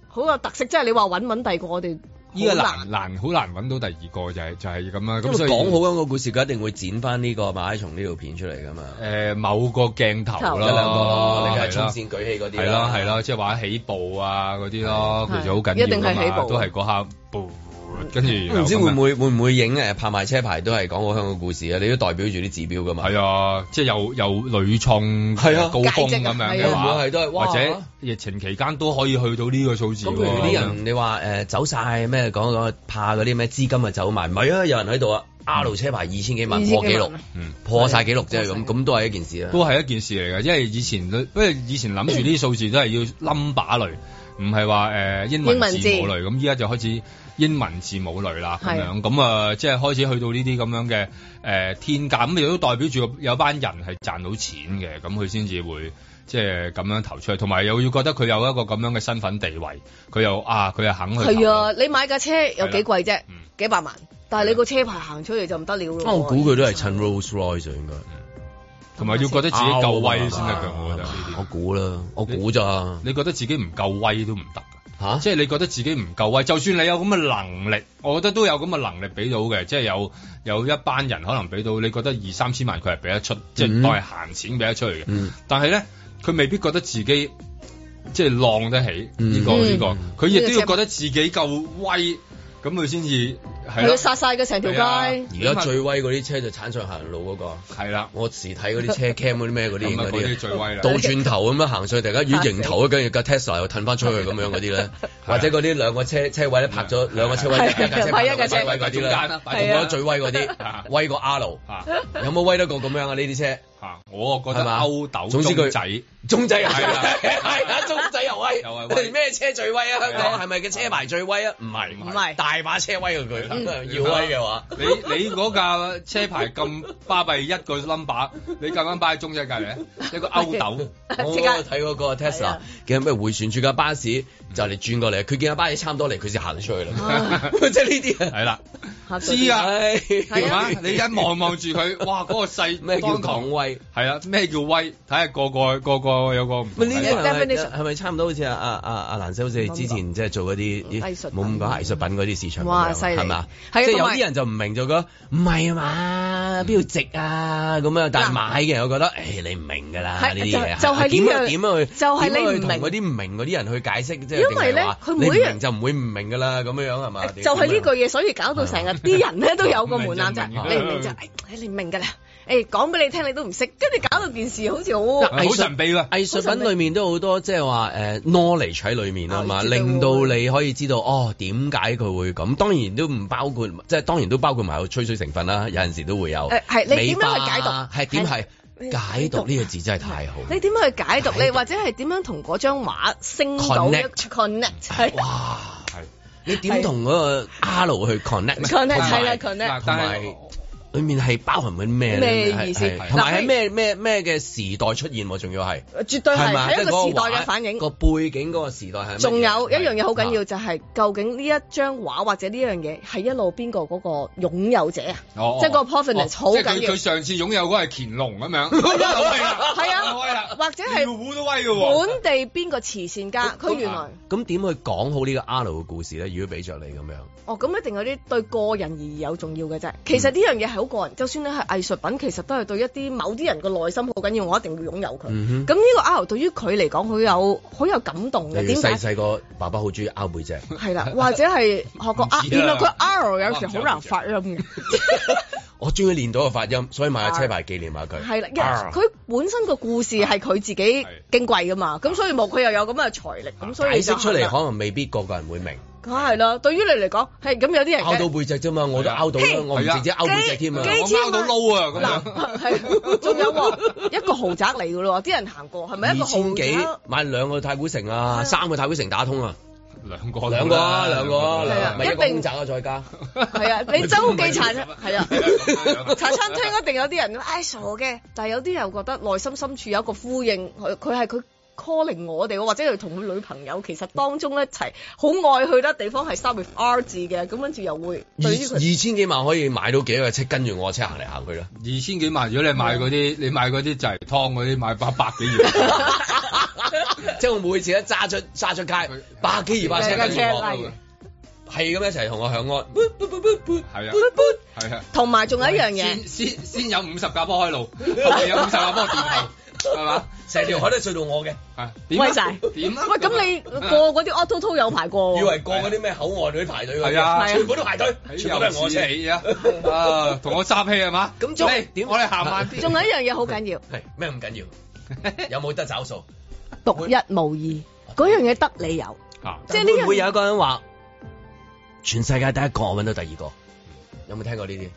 S4: 好有特色，即係你話揾揾第二個我哋
S3: 依個
S4: 好
S3: 難難好難揾到第二個就係就係咁啦。
S2: 因
S3: 咁
S2: 為
S3: 所以
S2: 講好香港故事，佢一定會剪翻呢個馬拉松呢條片出嚟噶嘛。
S3: 誒呃某個鏡頭啦，
S2: 一兩個咯你梗
S3: 係
S2: 係
S3: 啦
S2: 衝線舉起嗰啲啦
S3: 係啦係啦，即係話起步啊嗰啲咯，
S2: 係
S3: 其實好緊
S2: 一定
S3: 要
S2: 係
S3: 㗎
S2: 起步啊
S3: 嘛，都係嗰下步，跟住然後
S2: 唔知
S3: 咁樣
S2: 會唔會會唔會影呃誒拍賣車牌都係講好香港故事啊？你都代表住啲指標噶嘛？
S3: 係啊，即係又又屢創
S2: 係啊
S3: 高峰
S2: 界
S3: 咁
S2: 值啊
S3: 樣
S2: 係
S3: 嘅
S2: 啊
S3: 話，
S2: 會唔會係都係哇
S3: 或者疫情期間都可以去到呢個數字
S2: 咁
S3: 喎。
S2: 譬如啲人你話誒走晒咩講講怕嗰啲咩資金啊走埋，唔係啊有人喺度啊
S3: 嗯
S2: R 車牌二千幾萬
S3: 2000
S2: 破
S3: 幾
S2: 紀
S3: 萬
S2: 錄
S3: 嗯，
S2: 破晒紀錄啫咁，咁都係一件事啊啦。
S3: 都係一件事嚟嘅，因為以前不過以前諗住呢啲數字都係要 number 類，唔係話誒英文
S4: 英文
S3: 字
S4: 字
S3: 母類。咁依家就開始英文字母類啦，咁
S4: 係
S3: 樣咁啊、即係開始去到呢啲咁樣嘅誒、呃天價，咁亦都代表住有班人係賺到錢嘅，咁佢先至會。即係咁樣投出去，同埋又要覺得佢有一個咁樣嘅身份地位，佢又啊，佢又肯去投。
S4: 係啊，你買架車有幾貴啫？
S2: 嗯
S4: 幾百萬，但係你個車牌行出嚟就唔得了咯喎。
S2: 我哦估佢都係襯 Rolls Royce 啊應該。
S3: 同埋要覺得自己夠威先得㗎，我覺得呢啲。
S2: 我估啦，我估咋？
S3: 你覺得自己唔夠威都唔得
S2: 㗎，
S3: 即係你覺得自己唔夠威，就算你有咁嘅能力，我覺得都有咁嘅能力俾到嘅，即係有有一班人可能俾到，你覺得二三千萬佢係俾得出，即係
S2: 嗯
S3: 當係閒錢俾得出去嘅。
S2: 嗯
S3: 但係咧，佢未必覺得自己即係浪得起
S2: 嗯
S3: 呢、個呢、
S2: 嗯
S3: 個，佢亦都要覺得自己夠威，咁佢先至係
S4: 佢
S3: 啦。
S4: 殺晒嘅成條街。
S2: 啊而家最威嗰啲車就鏟上行路嗰個，
S3: 係啦，
S2: 我時睇嗰啲車 cam 嗰啲咩嗰啲
S3: 咁啊
S2: 嗰
S3: 嗰啲最威啦
S2: 倒轉頭咁樣行上去，突然間咦迎頭，跟住架 Tesla 又褪翻出去咁樣嗰啲咧，或者嗰啲兩個車車位咧拍咗兩個車位，
S3: 係
S2: 一架車拍
S3: 係
S2: 兩個車位嗰啲
S3: 中間
S2: 啦
S3: 啦，
S2: 我
S3: 係啊
S2: 覺得最威嗰啲，威過 R，有冇威得過咁樣啊？呢啲車
S3: 我覺
S2: 係
S3: 得
S2: 嘛
S3: 歐豆
S2: 總之佢
S3: 中仔
S2: 中仔又
S3: 係啦
S2: 係啊，中仔又威，
S3: 又係
S2: 你
S3: 威
S2: 哋咩車最威啊？香港係咪嘅車牌最威啊？唔係，
S3: 唔
S2: 係，大把車威過佢，啊
S3: 嗯
S2: 要威嘅話。
S3: 你你嗰架車牌咁巴閉一個 number，你咁啱擺喺中仔隔離，一個歐
S4: 啊
S3: 豆，
S2: 我睇嗰個 Tesla 見咩啊回旋住架巴士就嚟轉過嚟，佢見架巴士差唔多嚟，佢先行出去啦。
S4: 哦
S2: 即係呢啲啊係
S3: 啦，知
S2: 知啊
S3: 啊，，係嘛？你一望望住佢，哇！嗰個細
S2: 咩叫
S3: 當堂
S2: 講威？
S3: 係啦，咩叫威？睇下個個個個有個唔同
S2: 咪呢
S3: 睇哦
S2: 啲
S3: 法。
S2: 係咪係咪差唔多好似阿阿阿阿蘭 西好似之前即係做嗰啲咦
S4: 藝術品
S2: 冇咁講藝術品嗰啲市場咁樣，
S4: 哇犀利
S2: 係嘛？即
S4: 係啊
S2: 係有
S4: 同埋嗯
S2: 啲人就唔明就覺得唔係啊嘛，邊度值啊咁啊？但係買嘅人又覺得誒你唔明㗎啦
S4: 係
S2: 呢啲嘢，
S4: 就就係呢
S2: 點啊
S4: 樣
S2: 點啊去
S4: 就係你
S2: 點啊去
S4: 唔
S2: 同
S4: 明
S2: 嗰啲唔明嗰啲人去解釋，即係
S4: 因為
S2: 定係
S4: 咧
S2: 話
S4: 佢
S2: 你
S4: 每
S2: 唔
S4: 一樣
S2: 明就唔會唔明㗎啦咁樣樣係嘛？
S4: 就係呢句嘢，所以搞到成日啲人咧都有個門檻就係
S2: 啊 明白
S4: 你唔明就係，誒你唔明㗎啦，誒講俾你聽你都唔識，跟住搞到件事好似好
S2: 哦藝術藝術品裏面都好多即係話誒 knowledge 喺裏面啊嘛，令到你可以知道哦點解佢會咁。當然都唔包括，即係當然都包括埋有吹水成分啦。有陣時都會有。
S4: 誒係你點樣去
S2: 尾巴啊
S4: 解讀
S2: 係點係
S4: 係
S2: 解讀呢個字真係太好。
S4: 你點樣去解讀你，或者係點樣同嗰張畫升到一
S2: Connect
S4: connect 係
S2: 哇！你點同嗰個 R 去 connect？
S4: connect，係啦
S2: 同
S4: connect
S2: 埋同埋裏面係包含緊咩呢
S4: 咩意思
S2: 係係同埋係咩咩咩嘅時代出現喎？仲要係
S4: 絕對係
S2: 係嘛
S4: 係一個
S2: 即係嗰
S4: 時代嘅
S2: 畫
S4: 反映
S2: 個背景嗰個時代係乜嘢啊
S4: 仲有一樣嘢好緊要就係，究竟呢一張畫或者呢樣嘢係一路邊個嗰個擁有者啊
S3: 哦，？
S4: 即係個
S3: 哦
S4: provenance
S3: 哦
S4: 好
S3: 即係佢
S4: 緊要
S3: 佢。上次擁有嗰係乾隆咁 樣，
S4: 係啊，或者係本地邊個慈善家，佢原來
S2: 咁點去講好呢個 R 嘅故事咧？如果俾着你咁樣，
S4: 哦，咁一定有啲對個人而有重要嘅啫。其
S2: 嗯
S4: 實呢樣嘢係好個人，就算你係藝術品，其實都係對一啲某啲人個內心好緊要，我一定要擁有佢。咁
S2: 嗯哼
S4: 呢個 R 對於佢嚟講，佢有好有感動嘅。
S2: 例
S4: 點
S2: 如
S4: 解
S2: 細？細個爸爸好中意 R 背 脊，
S4: 係啦，或者 係學個 R，
S2: 唔知啊
S4: 原來佢 R 有時
S2: 啊
S4: 好難發音嘅。
S2: 我終於練到個發音，所以買個車牌紀念下佢。啊
S4: 係啦，因為
S2: R
S4: 佢本身個故事係佢自己矜貴噶嘛，咁所以冇佢又有咁嘅財力，咁所以
S2: 解
S4: 就
S2: 釋出嚟
S4: 係啦
S2: 可能未必個個人會明。
S4: 梗係啦。對於你嚟講，係咁有啲人
S2: 拗到
S4: 嘅
S2: 背脊啫嘛，我都拗到啦
S4: 嘿，
S2: 我唔淨止拗背脊添啊，
S4: 幾幾千蚊
S2: 撈啊
S4: 係 仲有喎一個豪宅嚟噶咯喎，啲人行過係咪一個
S2: 二
S4: 豪
S2: 千幾
S4: 宅？
S2: 買兩個太古城啊，三個太古城打通啊，
S3: 兩個
S2: 兩個啊，
S3: 兩
S2: 兩個
S3: 個
S2: 啊，
S3: 啦係啊
S2: 兩咪一
S4: 一
S2: 個
S4: 定
S2: 公宅啊，再加
S4: 係啊，你周記茶餐 係啊，茶餐廳一定有啲人唉傻嘅，但係有啲人覺得內心深處有一個呼應，佢佢係佢 calling 我哋喎，或者佢同佢女朋友其實當中一齊好愛去得地方係 start with R 字嘅，咁跟住又會
S2: 二
S4: 對於
S2: 二
S4: 佢
S2: 千幾萬可以買到幾多架車跟住我車行嚟行去啊啦。
S3: 二千幾萬，如果你買嗰啲，你買嗰啲就係湯 嗰啲，買八百幾頁。
S2: 即係我每次一揸出揸出街，百幾二百啊車跟住我，係咁一齊同我響安，
S3: 係啊，係啊，
S4: 同埋仲有一樣嘢。
S3: 先先有五十架波開路，後面有五十架波電 頭，係嘛？
S2: 成條海都隧到我嘅，
S3: 點啊
S4: 威晒
S3: 點啊？
S4: 喂，咁你過嗰啲 auto t o 有排過喎？
S2: 以為過嗰啲咩口岸嗰啲排隊嗰啲，
S3: 係啊
S2: 全部都排隊，
S3: 哎
S2: 全部都係我車
S3: 又似你啊！啊，同我霎氣係嘛？
S2: 咁仲
S3: 你
S2: 點
S3: 我哋行慢啲。
S4: 仲有一樣嘢好 緊要，
S2: 係咩唔緊要，有冇得找數？
S4: 獨一無二嗰樣嘢得你有，
S3: 啊
S4: 即係呢
S2: 會
S4: 樣
S2: 唔會有一個人話全世界得一個，我揾到第二個？有冇聽過呢啲？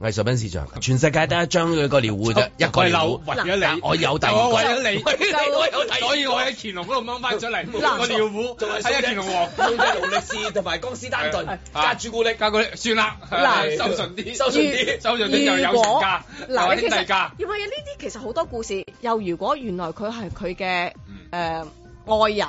S2: 藝術品市場，全世界得一張佢個尿壺
S3: 哦
S2: 啫，一個尿
S3: 為咗你
S2: 壺，我有第二個，
S3: 我為咗你，
S2: 我有第二個
S3: 所以我喺乾隆嗰度掹翻出嚟，
S2: 嗱
S3: 我尿壺
S2: 仲係
S3: 喺啊乾隆王，
S2: 仲係勞力士同埋江斯丹頓加朱古力，
S3: 加嗰啲算啦，
S4: 嗱
S3: 啊收順啲，
S2: 收順啲
S3: 收順啲就有成價，
S4: 嗱，
S3: 嗱，
S4: 你
S3: 啲
S4: 其
S3: 低
S4: 實
S3: 價，
S4: 因為呢啲其實好多故事，又如果原來佢係佢嘅
S3: 嗯
S4: 誒愛人，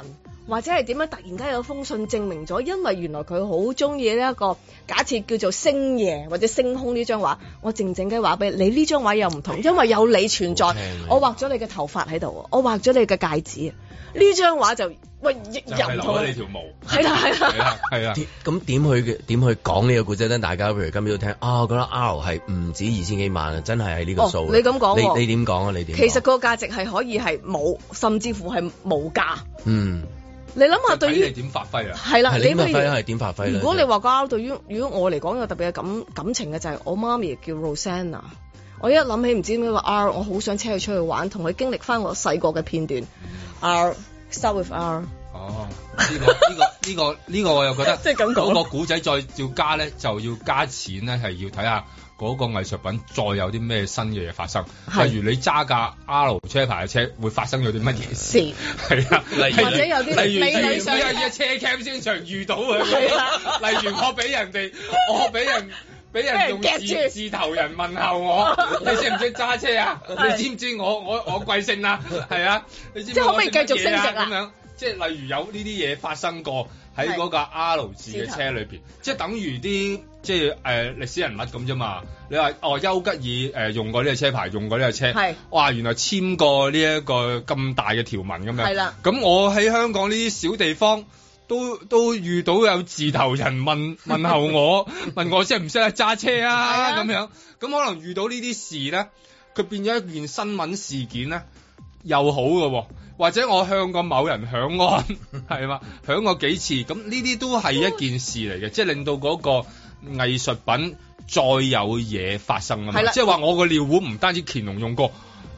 S4: 或者係點樣突然間有封信證明咗，因為原來佢好中意呢一個假設叫做星夜或者星空呢張畫，我靜靜雞話俾你，你呢張畫又唔同，因為有你存在
S2: 好聽啊，
S4: 我畫咗你嘅頭髮喺度，我畫咗你嘅戒指，呢張畫就喂
S3: 就
S4: 又
S3: 係
S4: 唔
S3: 留
S4: 同
S3: 咗你
S4: 啦，
S3: 條毛，
S4: 係啦係啦。
S3: 係啦係
S4: 啊
S3: 啦。
S2: 點咁點去點去講呢個故仔咧？大家譬如今朝都聽啊，我覺得 R 係唔止二千幾萬啊，真係係呢個數
S4: 哦
S2: 啊。
S4: 你咁講喎
S2: 你你點講啊？你點講？
S4: 其實個價值係可以係冇，甚至乎係無價。
S2: 嗯，
S4: 你諗下，對
S3: 睇你
S4: 於
S3: 點發揮啊？
S4: 係啦，
S2: 係你
S4: 不
S2: 點發揮
S4: 如
S2: 係點發揮咧？
S4: 如果你話個 R 對於如果我嚟講有特別嘅感感情嘅就係我媽咪叫 Rosanna，我一諗起唔知點解個 R，我好想車佢出去玩，同佢經歷翻我細個嘅片段。R
S3: 嗯
S4: start with R，
S3: 哦，呢個呢個 呢個呢個我又覺得，
S4: 即係咁講
S3: 嗰個古仔再要加咧，就要加錢咧，係要睇下嗰個藝術品再有啲咩新嘅嘢發生。
S4: 係
S3: 例如你揸架 R 車牌嘅車，會發生咗啲乜嘢事？
S4: 是
S3: 係啊，例如
S4: 或者有啲
S3: 例如
S4: 美女
S3: 例如
S4: 上
S3: 依家依家車 cam 先常遇到嘅。
S4: 係啊
S3: 例如我俾人哋，我俾人。俾
S4: 俾人
S3: 人用
S4: 夾
S3: 字
S4: 住
S3: 字頭人問候我， 你識唔識揸車啊？
S4: 係
S3: 你知唔知我我我貴姓啊？係啊，你知唔知
S4: 即係可唔可以
S3: 我姓乜
S4: 繼續升
S3: 嘢啊
S4: 值啊
S3: 咁樣即係例如有呢啲嘢發生過喺嗰架 R 字嘅車裏邊，即係等於啲即係誒、呃、歷史人物咁啫嘛。你話哦，丘吉爾誒、呃用過呢個車牌，用過呢個車
S4: 係，
S3: 哇，原來簽過呢一個咁大嘅條文咁樣。
S4: 係啦
S3: 咁我喺香港呢啲小地方。都都遇到有字頭人問問候我， 問我識唔識得揸車啊咁樣，咁可能遇到呢啲事咧，佢變咗一件新聞事件咧，又好嘅喎、或者我向過某人響
S4: 嗯
S3: 安，係嘛，響過幾次，咁呢啲都係一件事嚟嘅，即係令到嗰個藝術品再有嘢發生啊嘛
S4: 係啦，
S3: 即係話我個尿壺唔單止乾隆用過，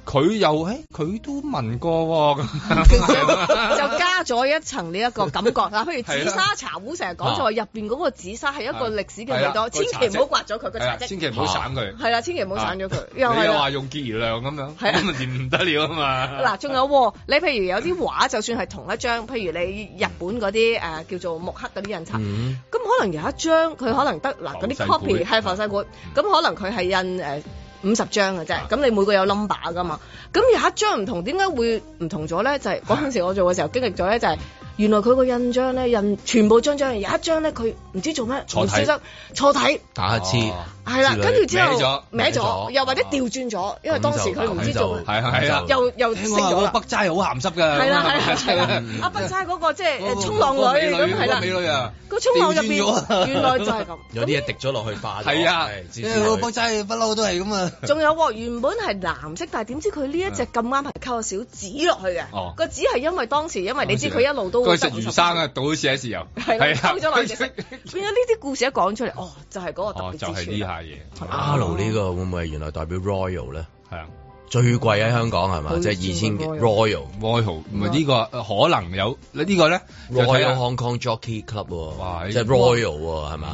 S3: 佢又誒佢都聞過喎咁。
S4: 就加咗一層呢一個 感覺嗱，譬如紫
S3: 係啦
S4: 砂茶壺成日講就話入邊嗰個紫砂係一個歷史嘅
S3: 係
S4: 味
S3: 啦
S4: 道，
S3: 啊個
S4: 千
S3: 茶
S4: 祈唔好
S3: 漬
S4: 刮咗佢個
S3: 係啦
S4: 茶漬，啊
S3: 千祈唔好省佢
S4: 哦係啦，千祈唔好省咗佢，又
S3: 你
S4: 係
S3: 又
S4: 啦
S3: 話用潔魚量咁樣，
S4: 係啊
S3: 咁咪唔得了啊嘛。
S4: 嗱，仲有喎，你譬如有啲畫，就算係同一張，譬如你日本嗰啲誒叫做木刻嗰啲印刷，咁、
S3: 嗯
S4: 可能有一張佢可能得嗱嗰
S10: 浮
S4: 啲
S10: 世繪
S4: copy 係浮世繪，咁可能佢係印誒五十張嘅啫，咁你每個有 number 噶嘛，咁有一張唔同，點解會唔同咗咧？就係嗰陣時我做嘅時候經歷咗咧，就係、原來佢個印章咧印全部張章，有一張咧佢唔知做咩
S2: 錯
S4: 唔小
S2: 睇
S4: 心錯睇。
S2: 打乞嗤，
S4: 係啦，
S2: 之類
S4: 跟住之
S2: 歪咗
S4: 後
S2: 歪
S4: 歪
S2: 咗
S4: 咗，又或者調轉咗，因為當時佢唔知做，
S3: 係啊係啊，
S4: 又又
S3: 聽
S4: 識
S3: 講話
S4: 咗啦
S3: 北。齋好鹹濕㗎。
S4: 係啦係啦
S3: 係
S4: 係啦，阿北齋嗰個即係誒衝浪女
S3: 啊嗯嗰個美女
S4: 咁係
S3: 嗰個美女
S4: 啦
S3: 啊，
S4: 個衝浪入
S3: 調轉咗
S4: 邊
S3: 啊
S4: 原來就係咁。
S2: 有啲嘢滴咗落去化咗。
S3: 係啊
S2: 係
S3: 因為個北
S2: 齋不嬲都係咁啊。
S4: 仲有喎，原本係藍色，但係點知佢呢一隻咁啱係溝個小紙落去
S3: 哦
S4: 嘅。個紙係因為當時因為你知佢一路都
S3: 佢
S4: 會
S3: 食魚生啊，倒啲豉豉油，
S4: 係啦，溝咗落去
S3: 佢
S4: 隻 色。變咗呢啲故事一講出嚟，哦，就係嗰個特
S3: 哦，
S4: 別
S3: 就係
S4: 之
S3: 呢
S4: 處啦。
S3: 下嘢。
S2: 阿盧呢個會唔會係原來代表 Royal 咧？
S3: 係啊，
S2: 最貴喺香港係嘛？
S3: 好
S2: 即
S3: 似
S2: 係二千幾
S3: Royal
S2: Royal。
S3: Royal 唔係呢個呃可能有呢呢個咧就睇
S2: Royal
S3: 下
S2: Hong Kong Jockey Club 喎，
S3: 哇
S2: 即係 Royal 喎，係嘛？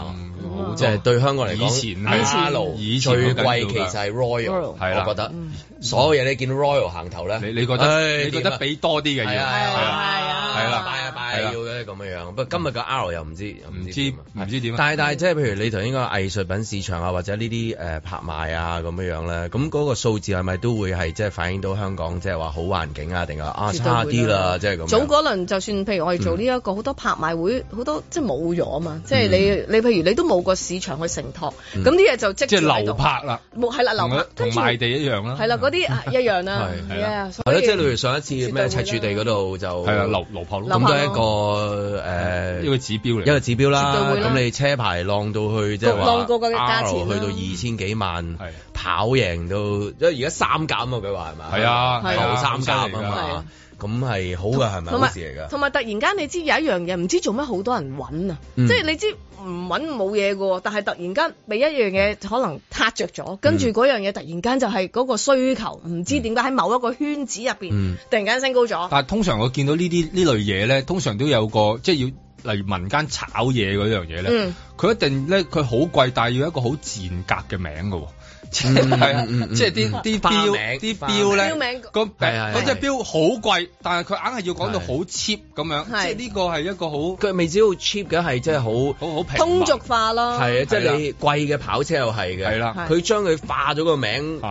S3: 好
S2: 即係對香港嚟
S3: 嗯
S2: 講，
S3: 以前係啊
S2: 阿盧
S3: 以前
S2: 最
S3: 好緊要
S2: 貴
S3: 㗎
S2: 其實係 Royal，
S3: 係啦
S2: 我覺得
S4: 嗯
S2: 所有嘢你見到 Royal 行頭咧，
S3: 你你覺得你覺得俾多啲嘅要
S2: 係啊係啊
S3: 係啦
S2: 拜啊拜
S3: 係
S2: 要
S3: 啦
S2: 嘅咁樣樣。不過今日嘅 R 又唔知唔知
S3: 唔知點啊？
S2: 但係但係即係譬如你頭先講藝術品市場啊，或者呢啲誒拍賣啊咁樣樣咧，咁嗰個數字係咪都會係即係反映到香港即係話好環境啊，定係
S4: 絕
S2: 啊
S4: 對會
S2: 差啲啦，
S4: 啦
S2: 即係咁樣。
S4: 早嗰輪就算譬如我哋做呢一個好多拍賣
S3: 嗯
S4: 會，好多即係冇咗啊嘛，即係你你譬如你都冇個市場去承托，
S3: 嗯
S4: 咁啲嘢就積住
S3: 即係
S4: 喺
S3: 流
S4: 度。
S3: 拍啦，
S4: 冇係啦，流拍
S3: 同
S4: 跟住
S3: 賣地一樣啦。
S4: 係啦，嗰啲啊一樣啦，
S2: 係
S4: 係啊，所
S2: 係咯，
S4: 以
S2: 即係例如上一次咩赤柱地嗰度就係
S3: 啦流流炮
S4: 咯
S2: 咁都係一個誒
S3: 一個指標嚟
S2: 一個指標啦
S4: 絕對。會啦
S2: 咁你車牌浪到去即係話
S4: 浪過個價錢
S2: R
S4: 啦
S2: 去到二千幾萬，跑贏到因為而家三甲啊嘛，佢話係嘛？
S3: 係啊係啊
S2: 頭三甲啊
S3: 好犀利㗎係
S2: 嘛
S3: 啊，
S2: 咁係好嘅係
S4: 同
S2: 咪？好
S4: 埋
S2: 事嚟㗎。
S4: 同埋突然間你知有一樣嘢唔知做乜好多人揾啊，
S2: 嗯
S4: 即係你知唔揾冇嘢嘅喎，但係突然間俾一樣嘢可能撻着咗，跟住嗰樣嘢突然間就係嗰個需求，唔知點解喺某一個圈子入邊
S3: 嗯
S4: 突然間升高咗，
S3: 但係通常我見到呢啲呢類嘢咧，通常都有個即係要例如民間炒嘢嗰樣嘢咧
S4: 嗯，
S3: 佢、一定咧佢好貴，但係要一個好賤格嘅名嘅喎。 即係係啊
S2: 嗯嗯嗯
S3: 即係啲啲
S2: 花名
S3: 標啲
S2: 花
S3: 標
S4: 標
S3: 咧
S4: 名，
S3: 個
S2: 係係
S3: 嗰隻標好貴，但係佢硬係要講到好 cheap 咁樣，
S4: 係
S3: 即係呢個係一個好
S2: 佢未知好 cheap 嘅係即係好
S3: 好好平民
S4: 通俗化咯，
S2: 係啊，即
S3: 係啦
S2: 係你貴嘅跑車又係嘅，
S3: 係啦
S2: 佢將佢化咗個名，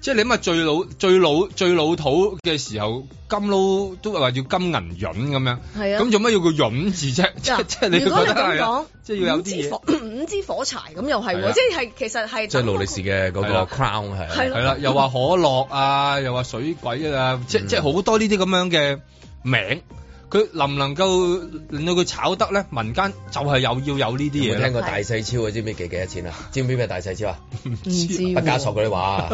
S3: 即係你諗下最老最老最老土嘅時候，金撈都話要金銀潤咁樣，
S4: 係啊
S3: 咁做乜要個潤字啫？即係即係你
S4: 如
S3: 覺
S4: 果你
S3: 得
S4: 咁
S3: 係
S4: 講
S3: 啊，，即係要有
S4: 五支
S3: 啲嘢
S4: 火。五支火柴咁又係
S3: 係
S4: 喎，
S3: 啊
S4: 即係其實係
S2: 即係勞力士嘅嗰
S3: 係
S2: 個
S3: 啦
S2: crown 係
S4: 係啦
S3: 係啦，又話可樂啊，又話水鬼啊，即
S2: 嗯
S3: 即係好多呢啲咁樣嘅名，佢能唔能夠令到佢炒得咧？民間就係有要有呢啲
S2: 有
S3: 嘢
S2: 冇
S3: 啦
S2: 聽過大細超啊？知唔知幾幾多錢啊？知唔知咩大細超啊？
S4: 唔知
S2: 畢加索嗰啲畫啊，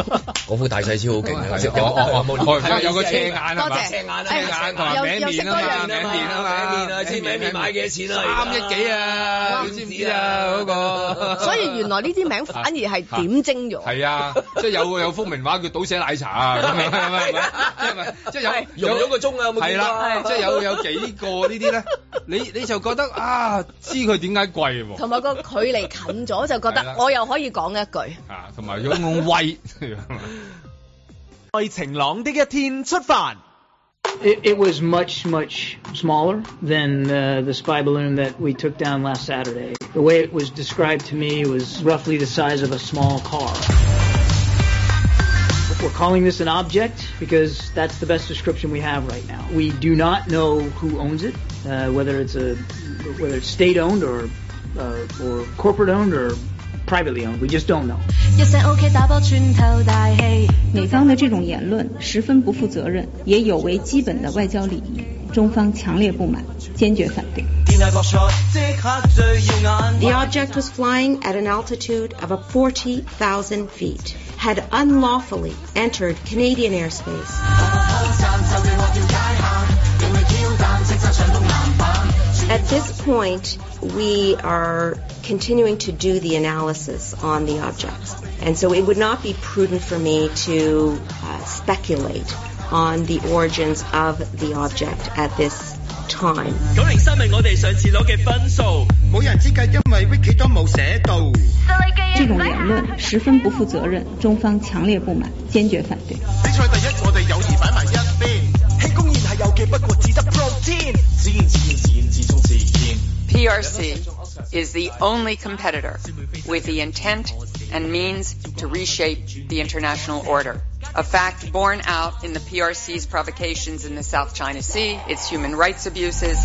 S2: 嗰幅大細超好勁啊！即係有
S3: 哦哦
S2: 有
S3: 哦
S2: 冇
S3: 哦有個斜眼係嘛
S4: 多謝
S3: 斜眼啊
S4: 哎
S3: 斜眼同埋
S4: 有
S3: 名
S4: 有識
S3: 面啊
S4: 多
S3: 嘛
S4: 樣嘢
S3: 名面啊嘛
S2: 名面啊，知唔知名面買幾多錢啊？
S3: 三億幾啊？你知唔知啊？嗰個
S4: 所以原來呢啲名反而係點睛咗。
S3: 係啊，即係有有幅名畫叫倒瀉奶茶啊，咁樣係咪？係咪即係有
S2: 用咗個鐘啊有冇見過啊
S3: 係啦，即係有有幾個呢啲咧，你你就覺得啊，知佢點解貴喎？
S4: 同埋個距離近咗，就覺
S3: 係
S4: 得
S3: 啦
S4: 我又可以講一句。
S3: 啊，同埋有種威。
S5: 在晴朗的一天出發。
S14: It, it was much, much smaller than uh, the spy balloon that we took down last Saturday. The way it was described to me was roughly the size of a small car. We're calling this an object because that's the best description we have right now. We do not know who owns it, uh, whether it's a whether it's state owned or uh, or corporate owned or privately owned. We just don't know.
S15: 一聲 OK 打波穿透大氣。美方的这种言论十分不负责任，也有违基本的外交礼仪，中方强烈不满，坚决反对。
S16: The object was flying at an altitude of up 40,000 feet, had unlawfully entered Canadian airspace. At this point, we are continuing to do the analysis on the objects. And so it would not be prudent for me to uh, speculate on the origins of the object at this time.
S17: 九零三係我哋上次攞嘅分數，冇人知計，因為 Vicky 都冇寫到。
S15: 这种言论十分不负责任，中方强烈不满，坚决反对。
S17: 比賽第一，我哋友誼擺埋一邊，慶功宴係有嘅，不過只得 protein。自然自然自然自中自然。
S18: PRC is the only competitor with the intent and means to reshape the international order. A fact borne out in the PRC's provocations in the South China Sea, its human rights abuses.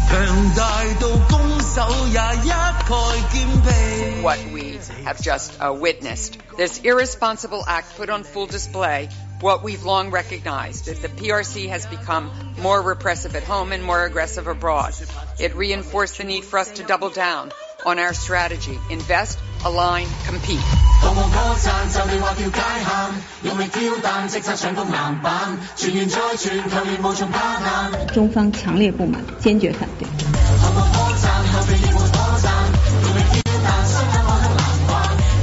S18: What we have just uh, witnessed. This irresponsible act put on full display what we've long recognized that the PRC has become more repressive at home and more aggressive abroad. It reinforced the need for us to double down on our strategy invest, align, compete.
S19: 步步歌讚，就地劃掉界限，用力挑彈，即刻上攻籃板，全員再傳，球員無從拋硬。
S15: 中方强烈不满，坚决反对。
S19: 後無可讚，後備亦無可讚，用力挑彈，雙手放向籃板，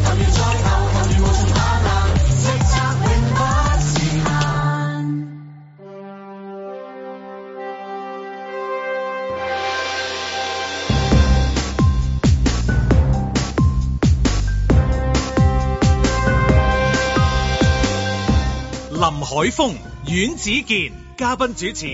S19: 球員再投，球員無從拋硬，叱咤永不自限。
S1: 林海峰、阮子健，嘉賓主持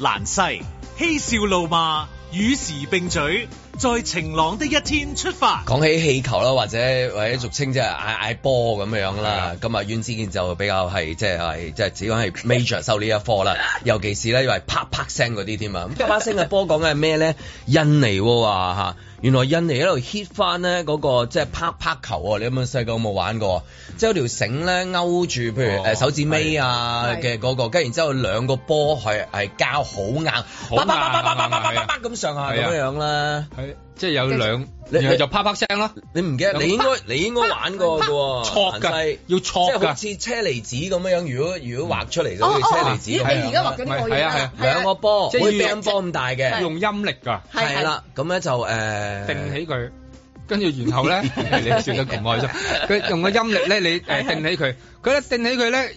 S1: 蘭西，嬉笑怒罵，與時並舉，在晴朗的一天出發。
S2: 講起氣球啦，或者或者俗稱即係嗌嗌波咁樣啦。咁啊，阮之健就比較係即係係即係只講係 major 收呢一 科啦。尤其是咧，因為啪啪聲嗰啲添啊。咁啪啪聲嘅波講緊係咩咧？印尼喎話嚇。原來印尼喺度 hit 翻咧嗰個即係啪啪球喎，你有冇細個有冇玩過？即係有條繩咧勾住，譬如
S17: 哦
S2: 誒手指尾啊嘅嗰個，跟住然之後兩個波係係交好硬，
S17: 啊
S2: 啪啪啪啪啪啪啪啪啪咁上下咁樣啦。
S3: 即係有兩，
S2: 你
S3: 然後就啪啪聲啦。
S2: 你唔記得？你應該你應該玩過嘅喎，
S3: 錯㗎，要
S2: 即
S3: 錯
S2: 係好
S3: 㗎。
S2: 似車厘子咁樣樣，如果如果畫出嚟就好
S3: 哦
S2: 似
S3: 哦
S2: 車厘子咁樣。
S3: 咦你而家畫緊個樣啊係啊係啊係啊
S2: 兩個波，
S3: 即係
S2: 好似
S3: 要
S2: band 波咁大嘅，
S3: 用音力㗎。
S2: 係啦，咁咧就誒
S3: 定起佢，跟住然後咧，你笑得咁開心。佢用個音力咧，你誒定起佢，佢咧定起佢咧，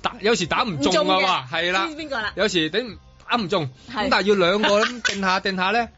S3: 打有時打唔中
S10: 唔中嘅
S3: 嘅話，係啦
S10: 知唔知邊個啦，
S3: 有時頂唔打唔中，
S10: 係
S3: 咁但係要兩個咁定下定下咧，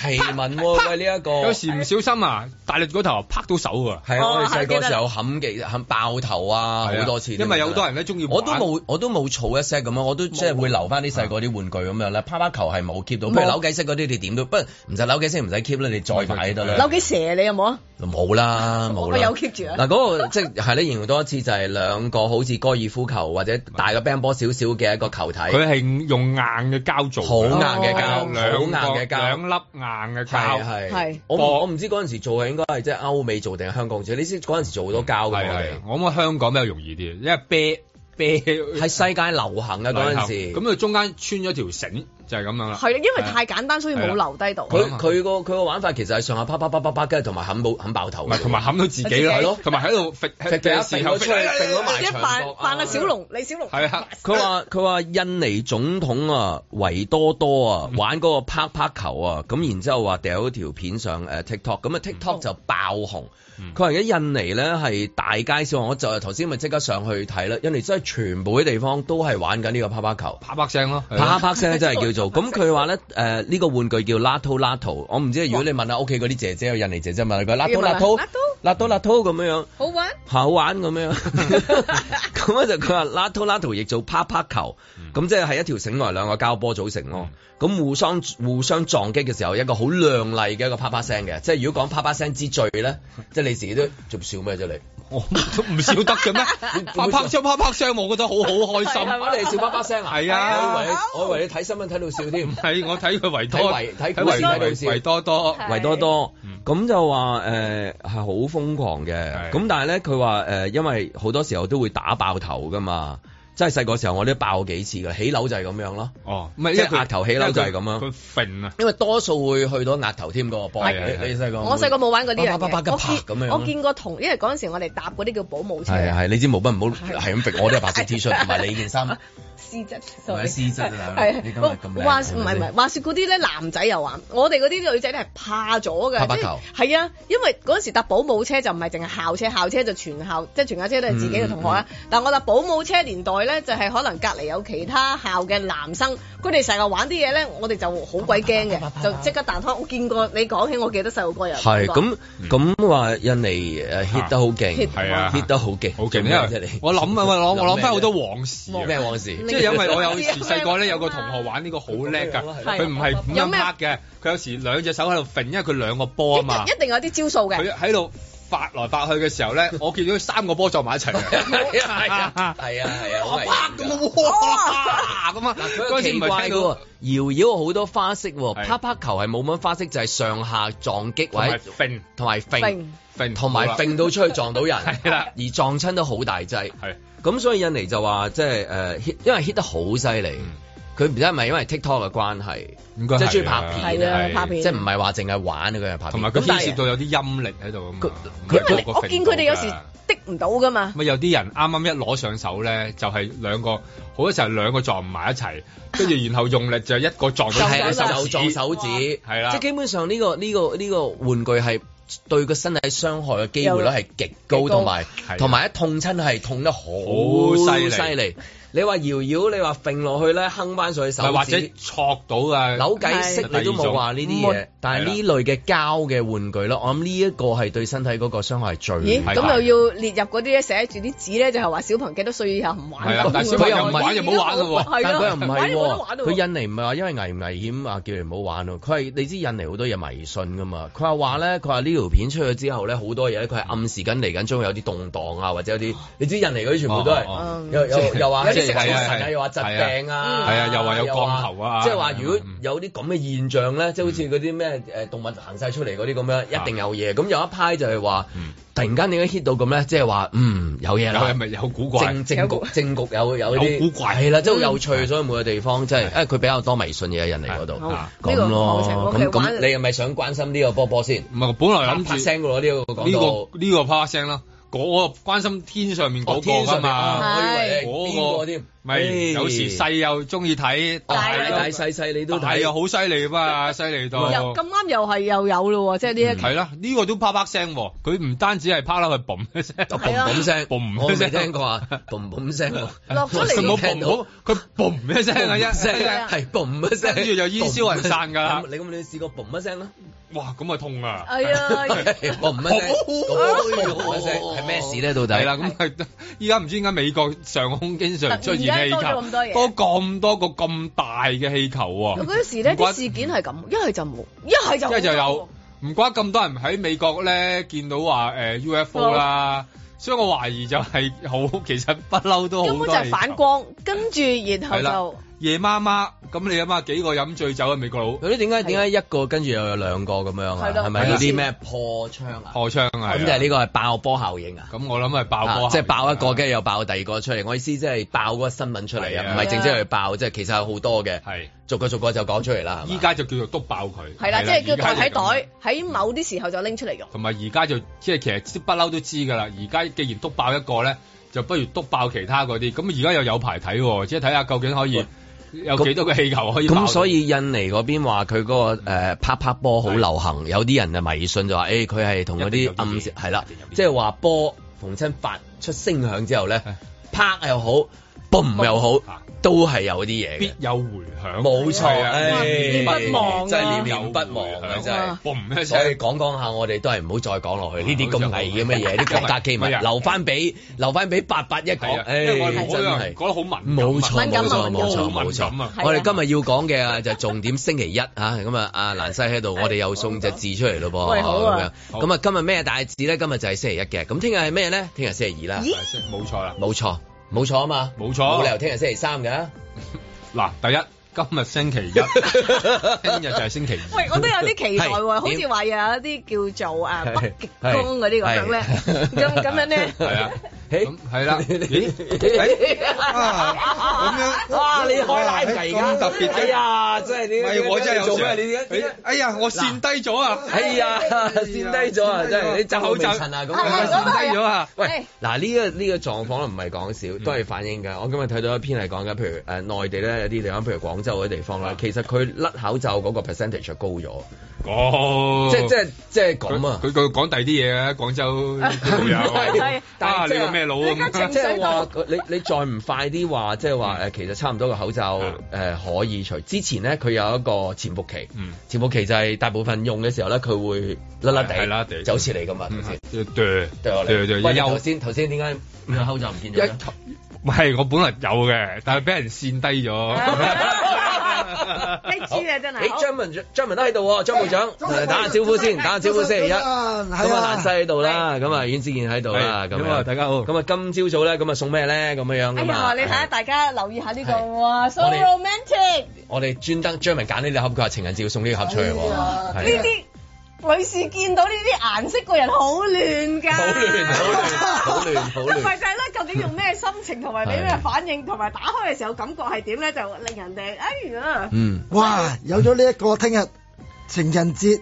S2: 奇文喎，喂呢一個
S3: 有時唔小心啊，大力嗰頭拍到手㗎。
S2: 係啊，我哋細個時候冚嘅冚爆頭啊，
S3: 係啊
S2: 好多次。
S3: 因為有好多人咧鍾意玩
S2: 我都冇，我都冇儲一 set 咁樣，我都即係會留翻啲細個啲玩具咁樣咧。啪啪球係冇 keep 到，
S4: 冇
S2: 譬如扭計骰嗰啲你點都，不過唔使扭計骰唔使 keep 啦，你再買得啦
S4: 扭。幾蛇你有冇啊？
S2: 冇啦，冇
S4: 我
S2: 啦
S4: 有。keep 住
S2: 嗱
S4: 啊！
S2: 嗰個即係咧，形容多一次就係兩個好似高爾夫球或者大個 band 波少少嘅一個球體，
S3: 佢係用硬嘅膠做，
S2: 好硬嘅膠
S3: 哦
S2: 好硬嘅膠
S3: 兩個兩粒硬嘅
S2: 係
S3: 膠，
S2: 係。我唔我唔知嗰陣時做係應該係即係歐美做定係香港做，你知嗰陣時做好多膠㗎嘛
S3: 係
S2: 我哋
S3: 係，我諗香港比較容易啲，因為啤啤係
S2: 世界流行啊嗰陣時
S3: 咁佢中間穿咗條繩就 係咁樣啦。
S4: 係因為太啊簡單，所以冇留低到。
S2: 佢佢個佢個玩法其實係上下啪啪啪啪啪，跟住同埋冚爆冚爆頭，唔係同埋
S3: 冚到自
S4: 己啦
S2: 係咯，
S3: 同埋喺度 揈
S2: 揈揈
S3: 時
S2: 咗
S3: 候
S2: 出去，揈咗埋
S4: 一
S2: 牆
S4: 扮
S2: 角啊
S4: 扮阿小龍，李小龍
S3: 哎係啊，
S2: 佢話佢話印尼總統啊維多多啊
S4: 嗯
S2: 玩嗰個啪啪球啊，咁然之後話掉咗條片上誒 TikTok，咁啊
S4: 嗯
S2: TikTok 就爆紅。佢話而家印尼咧係大街小巷，我就頭先咪即刻上去睇啦。印尼真係全部啲地方都係玩緊呢個啪啪球。
S3: 啪啪聲咯，啊
S2: 啪啪聲 真係 叫做咁。佢話咧誒呢個玩具叫 Lato Lato，我唔知如果你問下屋企嗰啲姐姐，有印尼姐姐問佢 Lato
S4: 要問下
S2: Lato
S4: Lato？
S2: Lato Lato 咁樣樣。
S4: 好玩。
S2: 好玩咁 樣，咁咧就佢話拉拖拉 t 亦做啪啪球，
S3: 嗯
S2: 咁即係係一條繩來兩個膠波組成咯。咁互相互相撞擊嘅時候，一個好亮麗嘅一個啪啪聲嘅，即係如果講啪啪聲之最咧，即係你自己都仲笑咩啫你？
S3: 我都唔笑得 嘅咩？啪啪聲啪啪聲，我覺得好好開心。
S2: 係咪你係笑啪啪聲啊
S3: 係啊，
S2: 我以為你我以為你睇新聞睇到笑 添。
S3: 係我睇佢維
S2: 睇
S3: 多
S2: 維睇
S3: 睇
S2: 股市
S3: 維
S2: 睇到
S3: 維
S2: 笑
S3: 維多多嗯
S2: 維多多，咁就話誒係好瘋狂嘅，咁但係咧佢話誒，因為好多時候都會打爆頭噶嘛，即係細個時候我都爆過幾次嘅，起樓就係咁樣咯。
S3: 哦，
S2: 唔係即係額頭起樓就係咁樣。
S3: 佢揈啊，
S2: 因為多數會去到額頭添嗰個波，你
S3: 係係係
S2: 你細個有冇
S4: 我細個冇玩過呢樣
S2: 啪啪啪啪啪
S4: 嘢，
S2: 咁
S4: 我
S2: 樣
S4: 見
S2: 咯
S4: 我見過同，因為嗰陣時我哋搭嗰啲叫保姆車，
S2: 係係，你知毛筆唔好係咁揈，我都係白色 T 恤同埋你件衫
S4: 私質
S2: 或
S4: ，sorry，
S2: 者私質啊
S4: 係哦
S2: 你今日咁靚
S4: 話
S2: 係
S4: 唔
S2: 咪
S4: 係唔
S2: 先
S4: 係，話説嗰啲咧男仔又玩，我哋嗰啲女仔咧係怕咗嘅，
S2: 怕白
S4: 即係
S2: 球
S4: 係啊，因為嗰陣時搭保姆車就唔係淨係校車，校車就全校，即係全校車都係自己嘅同學啦。啊
S2: 嗯
S4: 但我搭保姆車年代咧，就係可能隔離有其他校嘅男生，佢哋成日玩啲嘢咧，我哋就好鬼驚 嘅，就即刻彈開。我見過你講起，我記得細路哥有
S2: 係
S4: 見過
S2: 咁
S3: 嗯
S2: 咁話印尼誒 hit 得好勁，
S4: hit 係啊
S2: hit 得好勁，好
S3: 勁因為我諗啊，我諗我諗翻好多往事啊，
S2: 咩往事？
S3: 即係 因為我有
S2: 啊
S3: 時細個咧有個同學玩呢個好叻㗎，
S4: 係
S3: 佢唔係咁樣拍嘅，佢有時兩隻手喺度揈，因為佢兩個波啊嘛，
S4: 一定有啲招數
S3: 佢
S4: 嘅。
S3: 喺度發來發去嘅時候咧，我見到佢三個波撞埋一齊 嘅。
S2: 係啊係啊係啊，好危險㗎
S3: 哇咁啊！嗰
S2: 嗰陣
S3: 陣時
S2: 時
S3: 唔
S2: 唔
S3: 係
S2: 係
S3: 聽
S2: 聽
S3: 到
S2: 到搖搖好多花式喎，啪啪球係冇乜花式，就係上下撞擊或者
S3: 揈，
S2: 同埋
S3: 揈
S2: 揈，揈同埋揈到出去撞到人， 係
S3: 啦，
S2: 而撞親都好大劑，
S3: 係
S2: 咁所以印尼就話即係誒 hit，因為 hit 得好犀利。佢唔知係咪因為 TikTok 嘅關係，
S3: 嗯該係
S2: 即係中意
S3: 啊
S2: 拍片
S4: 係啊拍片
S2: 即係唔係話淨係玩啊佢係拍片，
S3: 同埋佢牽涉到有啲陰力啊喺度咁。
S4: 因為我見佢哋有時滴唔到㗎嘛。
S3: 咪有啲人啱啱一攞上手咧，就係、兩個好多時候兩個撞唔埋一齊，跟住然後用力就一個撞到
S2: 係啊，
S3: 手
S2: 手
S3: 指
S2: 撞手指，
S3: 係啦
S2: 即係基本上呢個呢個呢個玩具係對個身體傷害嘅機會率係極高，同埋
S3: 係啊
S2: 同埋一痛親係痛得好
S3: 犀利
S2: 犀利。你話搖搖，你話揈落去咧，哼翻上去手
S3: 咪或者
S2: 指。
S3: 戳到啊，
S2: 扭計式你都冇話呢啲
S3: 係
S2: 嘢，但係呢類嘅膠嘅玩具咯，我諗呢一個係對身體嗰個嗯傷害係最
S4: 咦，
S2: 大
S4: 咁又要列入嗰啲咧，寫住啲紙咧，就係話小朋友幾多歲以後唔玩
S2: 係啊，但係小朋友唔玩就唔好玩咯喎。但
S4: 係
S2: 佢
S4: 咯，
S2: 又唔
S4: 玩
S2: 係
S4: 又冇得玩
S2: 喎，
S4: 咯
S2: 佢印尼唔係話因為危唔危險啊，叫你唔好玩咯。佢係你知印尼好多嘢迷信噶嘛。佢話話咧，佢話呢條片出咗之後咧，好多嘢咧，佢係暗示緊嚟緊將會有啲動盪啊，或者有啲你知印尼嗰啲全部都係
S3: 哦哦哦
S2: 又又又話
S3: 即係
S2: 食神
S3: 係啊
S2: 啊，又話疾病啊，
S3: 係啊又話有降頭啊
S2: 即係話如果有啲咁嘅現象咧，即係好似嗰啲咩誒動物行晒出嚟嗰啲咁樣，一定有嘢。咁有一派就係話。突然間點解 hit 到咁咧？即係話嗯有嘢啦，
S3: 有咪有古怪
S2: 政政局政局有有啲
S3: 有古怪嗯
S2: 係啦，即係好有趣。所以每個地方即係誒，佢比較多迷信嘢喺印尼嗰度
S3: 好
S2: 哦
S3: 呢
S4: 個
S2: 咁咯
S4: 行程。我
S2: 咁
S4: 哋玩
S3: 啊
S2: 咁，你係咪想關心呢個波波先？
S3: 唔係，本來諗
S2: 拍聲嘅喎，呢個
S3: 呢、
S2: 講
S3: 個呢、個啪聲啦。我關心天上面嗰個㗎嘛，嗰個添，咪有時細又中意睇，大
S2: 細細你
S3: 都睇，又好犀利嘛，犀利到
S4: 又咁啱又係又有咯喎，即係呢一
S3: 係啦，呢個都啪啪聲喎，佢唔單止係啪啦，佢嘣一聲，
S4: 係啊
S2: 嘣聲，
S3: 嘣
S2: 我
S3: 一
S2: 未
S3: 聲
S2: 聽 過啊，嘣嘣聲喎，
S4: 落咗嚟
S2: 我
S3: 佢
S2: 先
S3: 冇
S2: 聽
S3: 嘣
S2: 到
S3: 好，佢嘣一聲啊，一
S2: 聲係嘣一聲，
S3: 跟住就煙消雲散㗎啦
S2: 咁。 你咁你試過嘣一聲啦？
S3: 哇，咁啊痛啊！
S4: 係 啊
S2: 嘣一聲，嘣一聲，係咩事咧？到底
S3: 哦係啦，咁係依家唔知點解美國上空經常出現氣
S4: 突然間多咗咁多嘢
S3: 球，多咁多個咁大嘅氣球喎。
S4: 咁嗰陣時咧
S3: 唔怪
S4: 啲事件係咁，一係就冇，一係就
S3: 一係就有，唔怪咁多人喺美國咧見到話呃誒 UFO 啦，所以我懷疑就係好，其實不嬲都好
S4: 根
S3: 多
S4: 本就係反光，跟住然後
S3: 係啦
S4: 就。
S3: 夜媽媽，咁你諗下幾個飲醉酒嘅美國佬，
S2: 嗰啲點解
S4: 啊
S2: 點解一個跟住又有兩個咁樣啊
S3: 係？咯
S2: 係咪嗰啲咩破窗啊？
S3: 破窗啊？
S2: 咁就係呢個係爆波效應啊！
S3: 咁我諗係爆波效應
S2: 即係爆一個，跟住又爆第二個出嚟。我意思即係爆嗰個新聞出嚟
S3: 係啊
S2: 啊，唔係淨係去爆，即係其實有好多嘅。
S3: 係
S2: 逐個逐個就講出嚟啦。
S3: 依家就叫做篤爆佢，
S4: 係啦，即係叫
S3: 而家
S4: 袋喺
S3: 就咁
S4: 袋，喺某啲時候就拎出嚟用。
S3: 同埋而家就即係其實即不嬲都知㗎啦。而家既然篤爆一個咧，就不如篤爆其他嗰啲。咁而家又有排睇喎，即係睇下究竟可以有幾多個氣球可以爆嗯
S2: 咁所以印尼嗰邊話佢嗰個誒啪啪波好流行，有啲人就迷信就話，誒佢係同嗰啲暗示係啦，即係話波逢親發出聲響之後咧，啪又好，boom 又好，都係有啲嘢嘅
S3: 啊必。有回響。
S2: 冇錯，
S3: 係啊
S2: 唉
S3: 念念不忘啊
S2: 真係念念不忘啊！真係
S3: 哇，嘣一 聲
S2: 所以講講下，我哋都係唔好再講落去呢
S3: 啊
S2: 啲咁危險嘅嘢，啲國家機密
S3: 係啊
S2: 留翻俾留翻俾八八一
S3: 係
S2: 講，
S3: 啊
S2: 唉，
S3: 因為我哋
S2: 真
S3: 嗰樣
S2: 係
S3: 講得好敏感啊
S2: 冇錯
S3: 敏感
S2: 冇
S3: 啊
S2: 錯
S3: 敏感
S2: 冇
S3: 啊
S2: 錯冇
S3: 好敏感
S2: 錯
S3: 啊，
S2: 我哋今日要講嘅就重點星期一嚇，咁啊阿蘭西喺度，我哋又送隻字出嚟咯噃，
S3: 喂好啊
S2: 咁樣咁啊今日咩大字咧？今日就係星期一嘅，咁聽日係咩咧？聽日星期二啦，
S3: 啊冇錯啦，
S2: 冇錯冇錯啊嘛，
S3: 冇
S2: 冇
S3: 錯
S2: 理由聽日星期三㗎。
S3: 嗱，第一今日星期一，聽日就係星期二。
S4: 喂，我都有啲期待
S3: 係
S4: 喎，好似話有一啲叫做誒啊
S3: 係
S4: 北極光嗰啲咁樣咧，
S3: 係
S4: 咁咁樣咧，
S3: 係啊，係啦，咦？
S2: 哎
S3: 誒啊咁樣
S2: 哇！你開
S3: 哇
S2: live 㗎而
S3: 咁
S2: 家
S3: 特別嘅
S2: 哎呀，真係你，
S3: 喂我真係有
S2: 做咩？
S3: 事
S2: 你而家點解
S3: 哎呀，我跣低咗啊！
S2: 哎呀，跣低咗啊！真係你就好就塵啊咁
S3: 係係
S2: 樣，
S3: 嗯跣低咗啊
S2: 喂，嗱呢個呢個狀況唔係講笑，都係反映㗎。我今日睇到一篇係講緊，譬如誒內地咧有啲地方，譬如廣州嗰啲地方
S3: 啊
S2: 啦，其實佢甩口罩嗰個 percentage 就高咗。
S3: 哦，
S2: 即係即係即係咁啊！
S3: 佢佢講第二啲嘢嘅啊廣州導遊
S2: 係
S3: 啊，嗯
S2: 係
S15: 哎
S3: 你個咩佬咁樣
S2: 即係話你你再唔快啲話，即係話誒，呃其實差唔多個口罩
S3: 啊
S2: 誒可以除。之前咧佢有一個潛伏期，潛伏期就係大部分用嘅時候咧，佢會甩甩地，
S3: 係甩地
S2: 就好似你咁啊，頭
S3: 對
S2: 先
S3: 對
S2: 對我
S3: 對
S2: 嚟。喂，你
S3: 有
S2: 頭先頭先點解個口罩唔見咗
S3: 一
S2: 嘅？
S3: 唔係我本來有嘅，但係俾人跣低咗。
S2: 你知啊，真係。誒，張文張文都喺度喎，張部長，誒打下招呼先，打下招呼先，一。咁啊，蘭西喺度啦，咁啊，阮志健喺度啦，
S3: 係
S2: 咁
S3: 咁啊
S2: 樣。
S3: 大
S2: 家好。咁啊，今朝早咧，咁啊送咩咧？咁樣樣
S4: 哎
S2: 咁
S4: 呀，
S2: 啊
S4: 你睇。下大家留意下呢個，哇，so
S2: 我哋
S4: romantic！
S2: 我哋專登張文揀呢啲盒，佢話情人節要送呢個盒出去喎。
S4: 哎
S2: 啊
S4: 呢
S2: 係
S4: 啲女士見到呢啲顏色，個人好亂㗎。
S2: 好亂，好亂，好亂，好
S4: 唔係
S2: 亂。
S4: 就係咧，究竟用咩心情同埋俾咩反應，同埋打開嘅時候感覺係點咧，就令人哋哎呀，
S2: 嗯，
S9: 哇！有咗呢一個，聽日情人節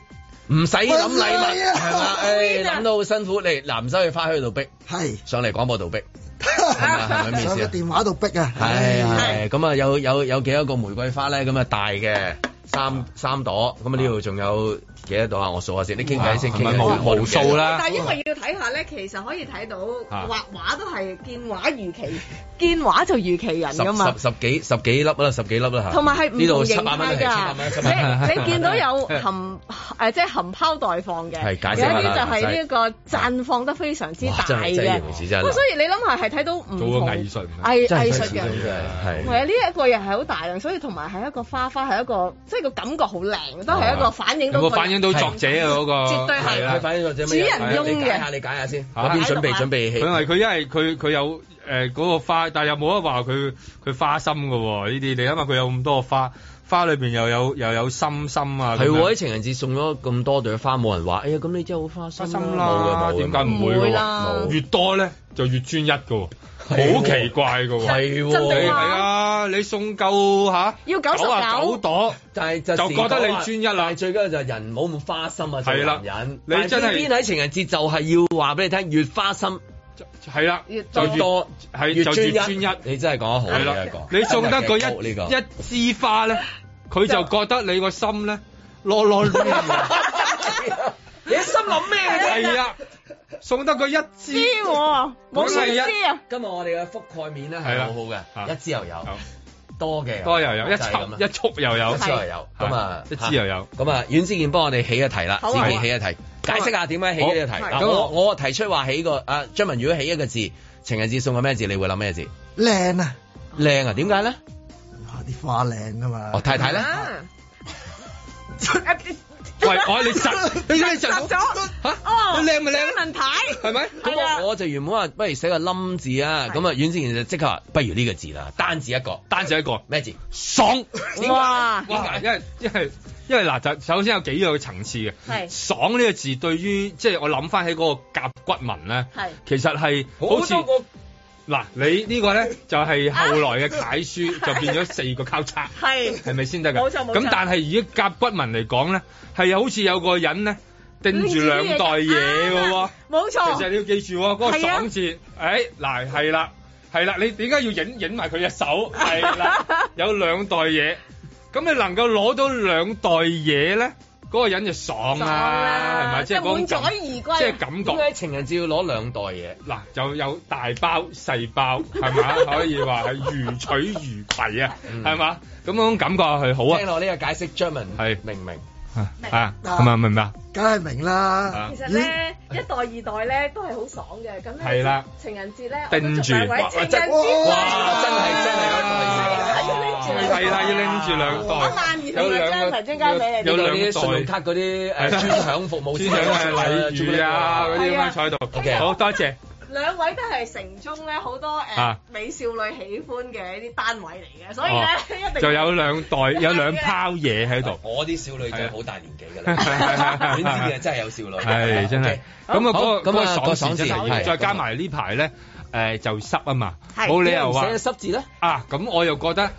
S2: 唔使諗禮物
S9: 哎呀
S2: 係嘛？誒
S9: 啊
S2: 諗到好辛苦，你男生去花墟度逼，
S9: 係
S2: 上嚟廣播度逼，係咪係咪咩意
S9: 上
S2: 思
S9: 個
S2: 啊？
S9: 電話度逼啊！
S2: 係係咁啊，有有有幾多個玫瑰花咧？咁啊大嘅三三朵，咁啊呢度仲有幾多朵啊？我數下先，你傾偈先，
S3: 哇
S2: 傾偈
S3: 係咪無
S2: 我哋
S3: 無
S2: 傾偈
S3: 數啦
S4: 但係因為要睇下咧，其實可以睇到
S2: 啊
S4: 畫畫都係見畫如其見畫就如其人
S2: 十
S4: 㗎嘛
S2: 十。十幾十幾粒啦，十幾粒啦嚇。
S4: 同埋係唔
S2: 啊呢度
S4: 同
S2: 七
S4: 形
S2: 百蚊
S4: 態
S2: 係七百蚊，七百蚊。
S4: 㗎，你你見到 有含誒即係含苞待放嘅，
S2: 係解釋
S4: 有
S2: 下
S4: 一啲就
S2: 啦
S4: 係呢個綻放得非常之
S2: 哇
S4: 大
S2: 真
S4: 嘅
S2: 係真係形容詞真係
S4: 咁所以你諗下係睇到唔
S3: 做
S4: 同
S3: 個藝術啊
S4: 藝
S2: 真係
S4: 藝
S2: 真
S4: 術
S2: 係
S4: 嘅，
S2: 真係
S4: 係啊，呢一個又係好大量，所以同埋係一個花花係一個即係個感覺好靚，都係一個反映到
S3: 有冇
S4: 個
S3: 反映到作者嘅啊嗰個
S4: 絕對係
S3: 係啦
S2: 佢啊反映作者咩
S4: 主人翁嘅
S2: 你解下，你解下先。嗰邊準備準備
S3: 佢係佢因為佢佢有誒嗰、個花，但係又冇得話佢佢花心嘅喎。呢啲你諗下，佢有咁多個花，花裏邊又有又有心心啊。咁
S2: 係
S3: 樣
S2: 喎，喺情人節送咗咁多朵花，冇人話，哎呀，咁你真係好花心
S3: 心
S2: 冇
S3: 啦，
S2: 嘅冇嘅
S3: 點解唔
S2: 冇
S3: 會
S2: 嘅
S3: 喎？
S2: 冇
S3: 越多咧就越專一嘅喎，
S2: 係喎
S3: 好奇怪嘅喎。
S2: 係喎真
S3: 係
S2: 定話
S3: 啊，你送夠嚇
S2: 要
S3: 九
S2: 99
S3: 啊九朵，
S2: 但係
S3: 就覺得你專一啦。
S2: 最緊要就啊係人冇咁花心啊，
S3: 係啦
S2: 做男人。
S3: 你真係
S2: 邊喺情人節就係要話俾你聽，越花心
S3: 係啦，
S2: 越
S3: 就越
S2: 多
S3: 係
S2: 越
S3: 就
S2: 專
S3: 越
S2: 一
S3: 專一。
S2: 你真係講得好
S3: 係啦
S2: 呢一個
S3: 你送得嗰
S2: 真係幾高呢
S3: 一一枝花咧，佢就覺得你個心咧囉囉攣 嘅。
S2: 你心諗咩
S3: 係啊，送得佢一
S2: 啊
S3: 支，
S2: 冇
S3: 咁係一
S2: 知啊！今日我哋嘅覆蓋面咧係好好嘅，
S3: 啊
S2: 一支又有，多嘅
S3: 多又有一
S2: 就係咁啦
S3: 束一束又有，
S2: 一支又有，咁啊
S3: 一支又有。
S2: 咁啊，阮之健幫我哋起個題啦，
S3: 好
S2: 自
S3: 啊
S2: 己起個題，解釋下點解起呢個題。
S3: 好
S2: 嗱
S3: 咁
S2: 我
S3: 我
S2: 我提出話起個啊張文，如果起一個字，情人節送個咩字，你會諗咩字？
S9: 靚啊！
S2: 靚啊？點解咧？
S9: 啲花靚啊嘛！
S2: 哦太太咧
S3: 喂，我你實 你真係實
S4: 實咗哦
S3: 嚇，你靚咪靚，
S4: 問題
S3: 係咪？
S2: 咁
S4: 啊
S2: 我我就原本話不如寫個冧字啊，咁啊阮之健就即刻話不如呢個字啦，單字一個，
S3: 單字一個
S2: 咩字？
S3: 爽
S2: 點解點
S3: 哇！
S2: 解？
S3: 因為因為因為嗱，就首先有幾個層次嘅。
S2: 係
S3: 爽呢個字對於即係我諗翻起嗰個甲骨文咧，
S2: 係
S3: 其實係
S2: 好
S3: 好似
S2: 多個
S3: 嗱，你呢個咧就係後來嘅楷書就變咗四個交 叉，
S4: 係
S3: 係咪先得㗎？
S4: 冇錯冇錯
S3: 咁但係以甲骨文嚟講咧，係好似有個人咧盯住兩袋嘢嘅喎。
S4: 啊冇錯
S3: 其實你要記住喎，嗰、個
S4: 係啊
S3: 爽字，誒嗱係啦，係啦，你點解要影影埋佢隻手？係 啦，有兩袋嘢，咁你能夠攞到兩袋嘢咧，嗰、個人就爽
S4: 爽
S3: 啦，係
S4: 啦
S3: 咪？即係嗰
S4: 滿
S3: 種
S4: 載
S3: 感
S4: 而歸
S3: 即係感覺。
S2: 點解情人節要攞兩袋嘢？
S3: 嗱，就有大包細包，係嘛？可以話係如取如攜啊，係嘛？咁種感覺係好啊
S2: 聽，落呢個解釋，張文
S3: 係
S2: 明唔明？
S3: 啊，係咪明唔明啊？
S9: 梗係明啦。
S4: 其實咧，一代二代咧都係好爽嘅，咁咧
S3: 係啦
S4: 情人節咧，
S3: 定住
S4: 我都祝兩
S3: 哇
S4: 位情人節
S3: 哇真係真
S4: 係
S3: 係係啦，要拎住兩
S4: 我萬二
S3: 袋，
S4: 同
S3: 有
S4: 佢張
S3: 兩個
S4: 頭張交俾你，
S3: 有
S2: 有
S3: 兩
S2: 啲
S3: 袋
S2: 信用卡 嗰啲誒
S3: 係
S2: 專享服務，
S3: 專享嘅禮遇啊嗰啲咁樣坐喺度。
S2: OK
S3: 好多謝。
S4: 兩位都係城中咧好多誒
S3: 啊
S4: 美少女喜歡嘅一啲單位嚟嘅，所以咧
S3: 哦
S4: 一定
S3: 就有兩袋有兩泡嘢喺度。
S2: 我啲少女
S3: 啊
S2: 就好大年紀㗎 啦，
S3: 係
S2: 你知嘅真係有少女。
S3: 係真係。
S2: OK
S3: 咁啊，嗰個
S2: 好
S3: 嗰
S2: 咁
S3: 個
S2: 啊，
S3: 爽字
S2: 字
S3: 真係，
S2: 係
S3: 再加埋呢排咧，誒就濕啊嘛，
S2: 係
S3: 冇理由話
S2: 點解唔寫濕字咧。
S3: 啊，咁我又覺得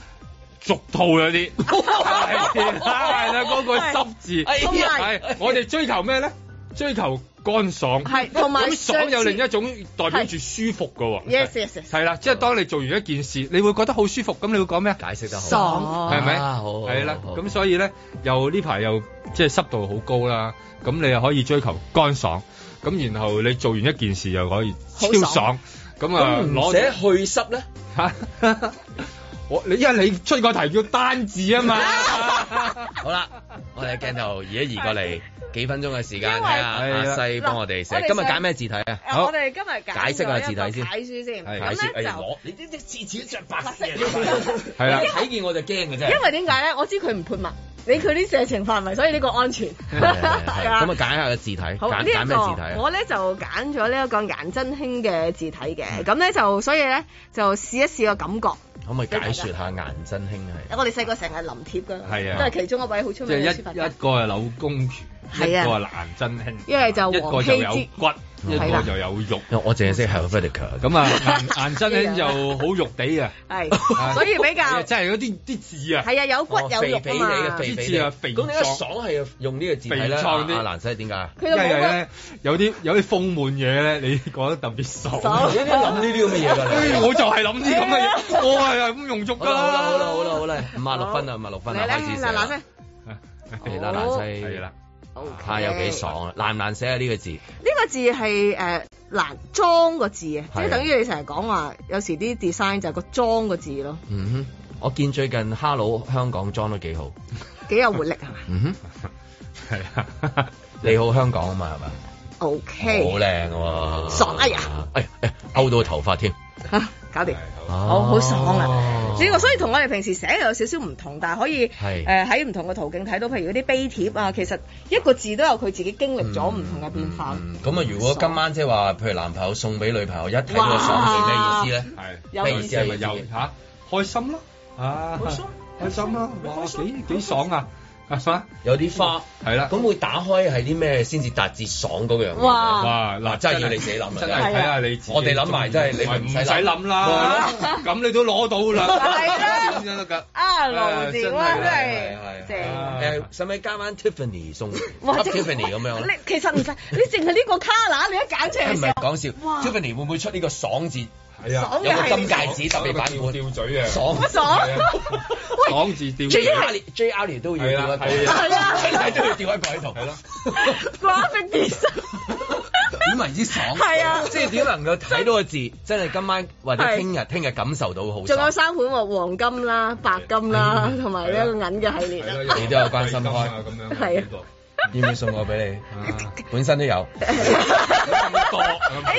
S3: 俗套有啲。係啦，嗰個濕 字，
S4: 係同埋
S3: 係我哋追求咩咧？追求乾爽，
S4: 係同埋
S3: 咁爽
S4: 上
S3: 有
S4: 次
S3: 另一種代表住舒服嘅喎。
S4: Yes, yes, yes.
S3: 係啦，即係當你做完一件事，你會覺得好舒服，咁你會講咩？解釋得
S4: 好爽
S3: 係咪？
S2: 啊好好
S3: 係啦，
S2: 好
S3: 咁所以咧，又呢排又即係濕度好高啦，咁你又可以追求乾爽，咁然後你做完一件事又可以超爽，咁啊
S2: 咁唔
S3: 攞
S2: 寫去濕咧？
S3: 嚇！ 我你因為你出個題叫單字啊嘛，
S2: 好啦，我哋鏡頭移一移過嚟，幾分鐘嘅時間，
S4: 因為
S2: 睇下
S3: 啊
S2: 阿西幫我哋寫。今日揀咩字體啊？
S4: 誒我哋今日揀
S2: 解釋下字體
S4: 咗一個
S2: 先。
S4: 楷書先
S2: 係
S4: 咁
S2: 解釋
S4: 咧就
S2: 哎攞你啲啲字字都着白色
S4: 白
S2: 嘅
S4: 色，
S2: 係
S3: 啊
S2: 啦，
S4: 因為
S2: 睇見我就驚嘅啫。
S4: 因為點解咧？我知佢唔潑墨，你佢啲射程範圍，所以呢個安全。
S2: 係係 係
S4: 係
S2: 咁啊，揀下個字體，揀
S4: 好呢
S2: 揀
S4: 一
S2: 咩字體
S4: 個，
S2: 啊？
S4: 我咧就揀咗呢一個顏真卿嘅字體嘅，
S2: 嗯
S4: 咁咧就所以咧就試一試個感覺。
S2: 可唔可以解説下顏真卿係？
S4: 我哋細個成日臨貼㗎，
S3: 係啊
S4: 都係其中一位好出
S3: 即
S4: 名
S3: 係
S4: 嘅書法
S3: 一一
S4: 家。
S3: 個係柳公權，一
S4: 係
S3: 個
S4: 啊
S3: 係顏真卿，
S4: 因為就
S3: 啊一
S4: 黃
S3: 個就
S4: 羲
S3: 有
S4: 之
S3: 骨，一
S4: 係
S3: 個
S4: 啦
S3: 就有肉。
S2: 哦我淨係識 Helvetica
S3: 咁啊，顏 顏真卿就好肉地啊嘅，
S4: 係，哎所以比較
S3: 即係嗰啲啲字啊，
S4: 係啊，有骨有肉啊
S2: 肥你嘅
S4: 嘛。
S2: 哦肥
S3: 啲
S2: 肥
S3: 字啊肥
S2: 咁你而家
S3: 壯
S2: 爽係用呢個字體咧？
S3: 肥壯啲
S2: 阿阿蘭西點解啊？
S4: 佢就
S3: 因為
S4: 冇
S3: 咧有啲有啲豐滿嘢咧，你覺得特別爽。
S2: 爽你一定諗呢啲咁嘅嘢㗎你
S3: 哎我就係諗啲咁嘅嘢，我係啊咁用足
S2: 好
S3: 㗎
S2: 啦好啦好啦
S3: 啦。
S2: 好啦好啦，五啊六分啊五啊六分
S4: 嚟
S2: 啊開
S4: 咧，
S2: 始寫
S4: 嗱嗱
S2: 啦
S4: 咩？。
S2: 係啦，蘭西係啦，睇下有幾爽啊！難唔難寫啊呢個字？
S4: 呢個字係誒難裝個字啊，即
S2: 係啊
S4: 係等於你成日講話，有時啲 design 就係個裝個字咯，
S2: 嗯哼，我見最近 Hello 香港裝得幾好。
S4: 幾有活力係嘛
S2: 嗯哼，係啊，你好香港啊嘛係嘛？
S4: ？O
S2: 好
S4: K，
S2: 靚喎，
S4: 爽哎呀！
S2: 哎哎勾到頭髮添，
S4: 嚇搞掂，
S2: 哦，
S4: 好爽啊！呢個所以同我哋平時寫有少少唔同，但係可以
S2: 係
S4: 誒喺唔同嘅途徑睇到，譬如嗰啲碑帖啊，其實一個字都有佢自己經歷咗唔同嘅變化。
S2: 咁啊，如果今晚即係話，譬如男朋友送俾女朋友，一睇到個
S4: 哇
S2: 爽字咩意思咧？
S4: 有
S2: 咩意思係咪
S3: 意思
S2: 又
S3: 嚇開心咯，啊
S2: 開心
S3: 開心啦，哇幾幾爽啊！係嘛？
S2: 有啲花
S3: 係啦，
S2: 咁會打開係啲咩先至達至爽嗰樣嘢咧？
S4: 啊
S3: 哇嗱
S2: 啊真係要你自己諗啦，
S3: 真係睇下你自己
S2: 我哋諗埋真係你
S3: 唔使諗啦，咁你都攞到啦，
S4: 係啦
S3: 先得㗎。
S4: 啊，盧兆啊，真係正。
S2: 誒，使唔使加翻 Tiffany 送給
S4: 哇即係
S2: 啊 Tiffany 咁樣
S4: 你
S2: 咧？
S4: 其實唔使，你淨係呢個卡啦，你一揀出嚟
S2: 唔
S4: 嘅時候
S2: 係哦講笑
S4: 啊哇
S2: ，Tiffany 會唔會出呢個爽字？
S3: 係啊
S2: 有個金戒指特別版本，
S3: 吊嘴啊，
S2: 爽
S4: 乜爽？
S3: 爽字吊嘴
S2: J。R J R 都要
S3: 係
S2: 吊
S3: 啦
S2: 一個，
S3: 係啊
S4: 係啊
S2: 睇都要吊一個喺度，係咯。
S4: graphic design
S2: 點為之爽？
S4: 係啊
S2: 即係點能夠睇到個字，真係今晚或者聽日聽日感受到好
S4: 仲有
S2: 爽。
S4: 三款喎，黃金啦、白金啦，同埋呢一個銀嘅系列啦。
S2: 你都有關心開，
S3: 樣
S4: 係啊，
S2: 要唔要送我俾你？本身都有。
S4: 誒哎呢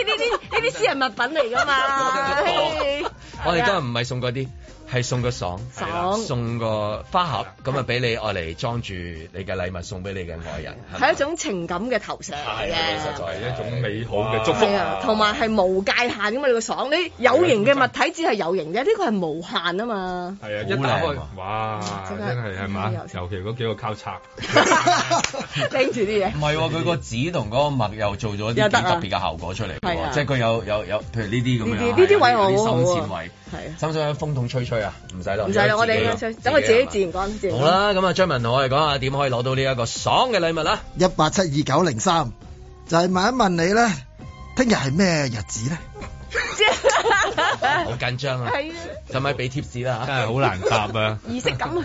S4: 啲呢啲私人物品嚟㗎嘛，啊嘿
S2: 我哋今日唔係送嗰啲，係送個啊爽，
S4: 係啦
S2: 送個花盒，咁啊俾你愛嚟裝住你嘅禮物送俾你嘅愛人。係啊咪
S4: 係一種情感嘅投射嚟
S2: 係啊其實
S4: 嘅
S2: 就。
S3: 係一種美好嘅祝福
S4: 係。啊，同埋係無界限㗎嘛，你個爽，
S2: 啊
S4: 你有形嘅物體只係有形啫，呢個係無限啊嘛。
S3: 係啊，
S2: 好
S3: 一打
S2: 靚
S3: 開
S2: 啊，
S3: 哇，
S4: 真
S3: 真
S4: 係
S3: 係係嘛，
S4: 有
S3: 尤其嗰幾個交叉，
S4: 拎住啲嘢
S2: 唔。係啊喎，佢個紙同嗰個墨又做咗啲幾
S4: 又
S2: 特
S4: 得啊
S2: 別嘅效果出嚟
S4: 係
S2: 喎，
S4: 啊
S2: 即係佢有有有，譬如呢啲咁樣，
S4: 呢啲呢啲位
S2: 有
S4: 好好啊
S2: 啲深淺位，
S4: 係啊
S2: 使唔使喺風筒吹吹啊？唔使啦，
S4: 唔使啦，我哋
S2: 自己啦
S4: 等佢自己自然
S2: 啦
S4: 講，自然
S2: 好
S4: 講。
S2: 啦，咁啊，張文同我哋講下點可以攞到呢一個爽嘅禮物啦。
S20: 一八七二九零三，就係問一問你咧，聽日係咩日子咧？
S2: 好緊張啊！
S4: 係啊，
S2: 使唔使俾貼士啦？
S3: 真係好難答啊！
S4: 儀式感啊！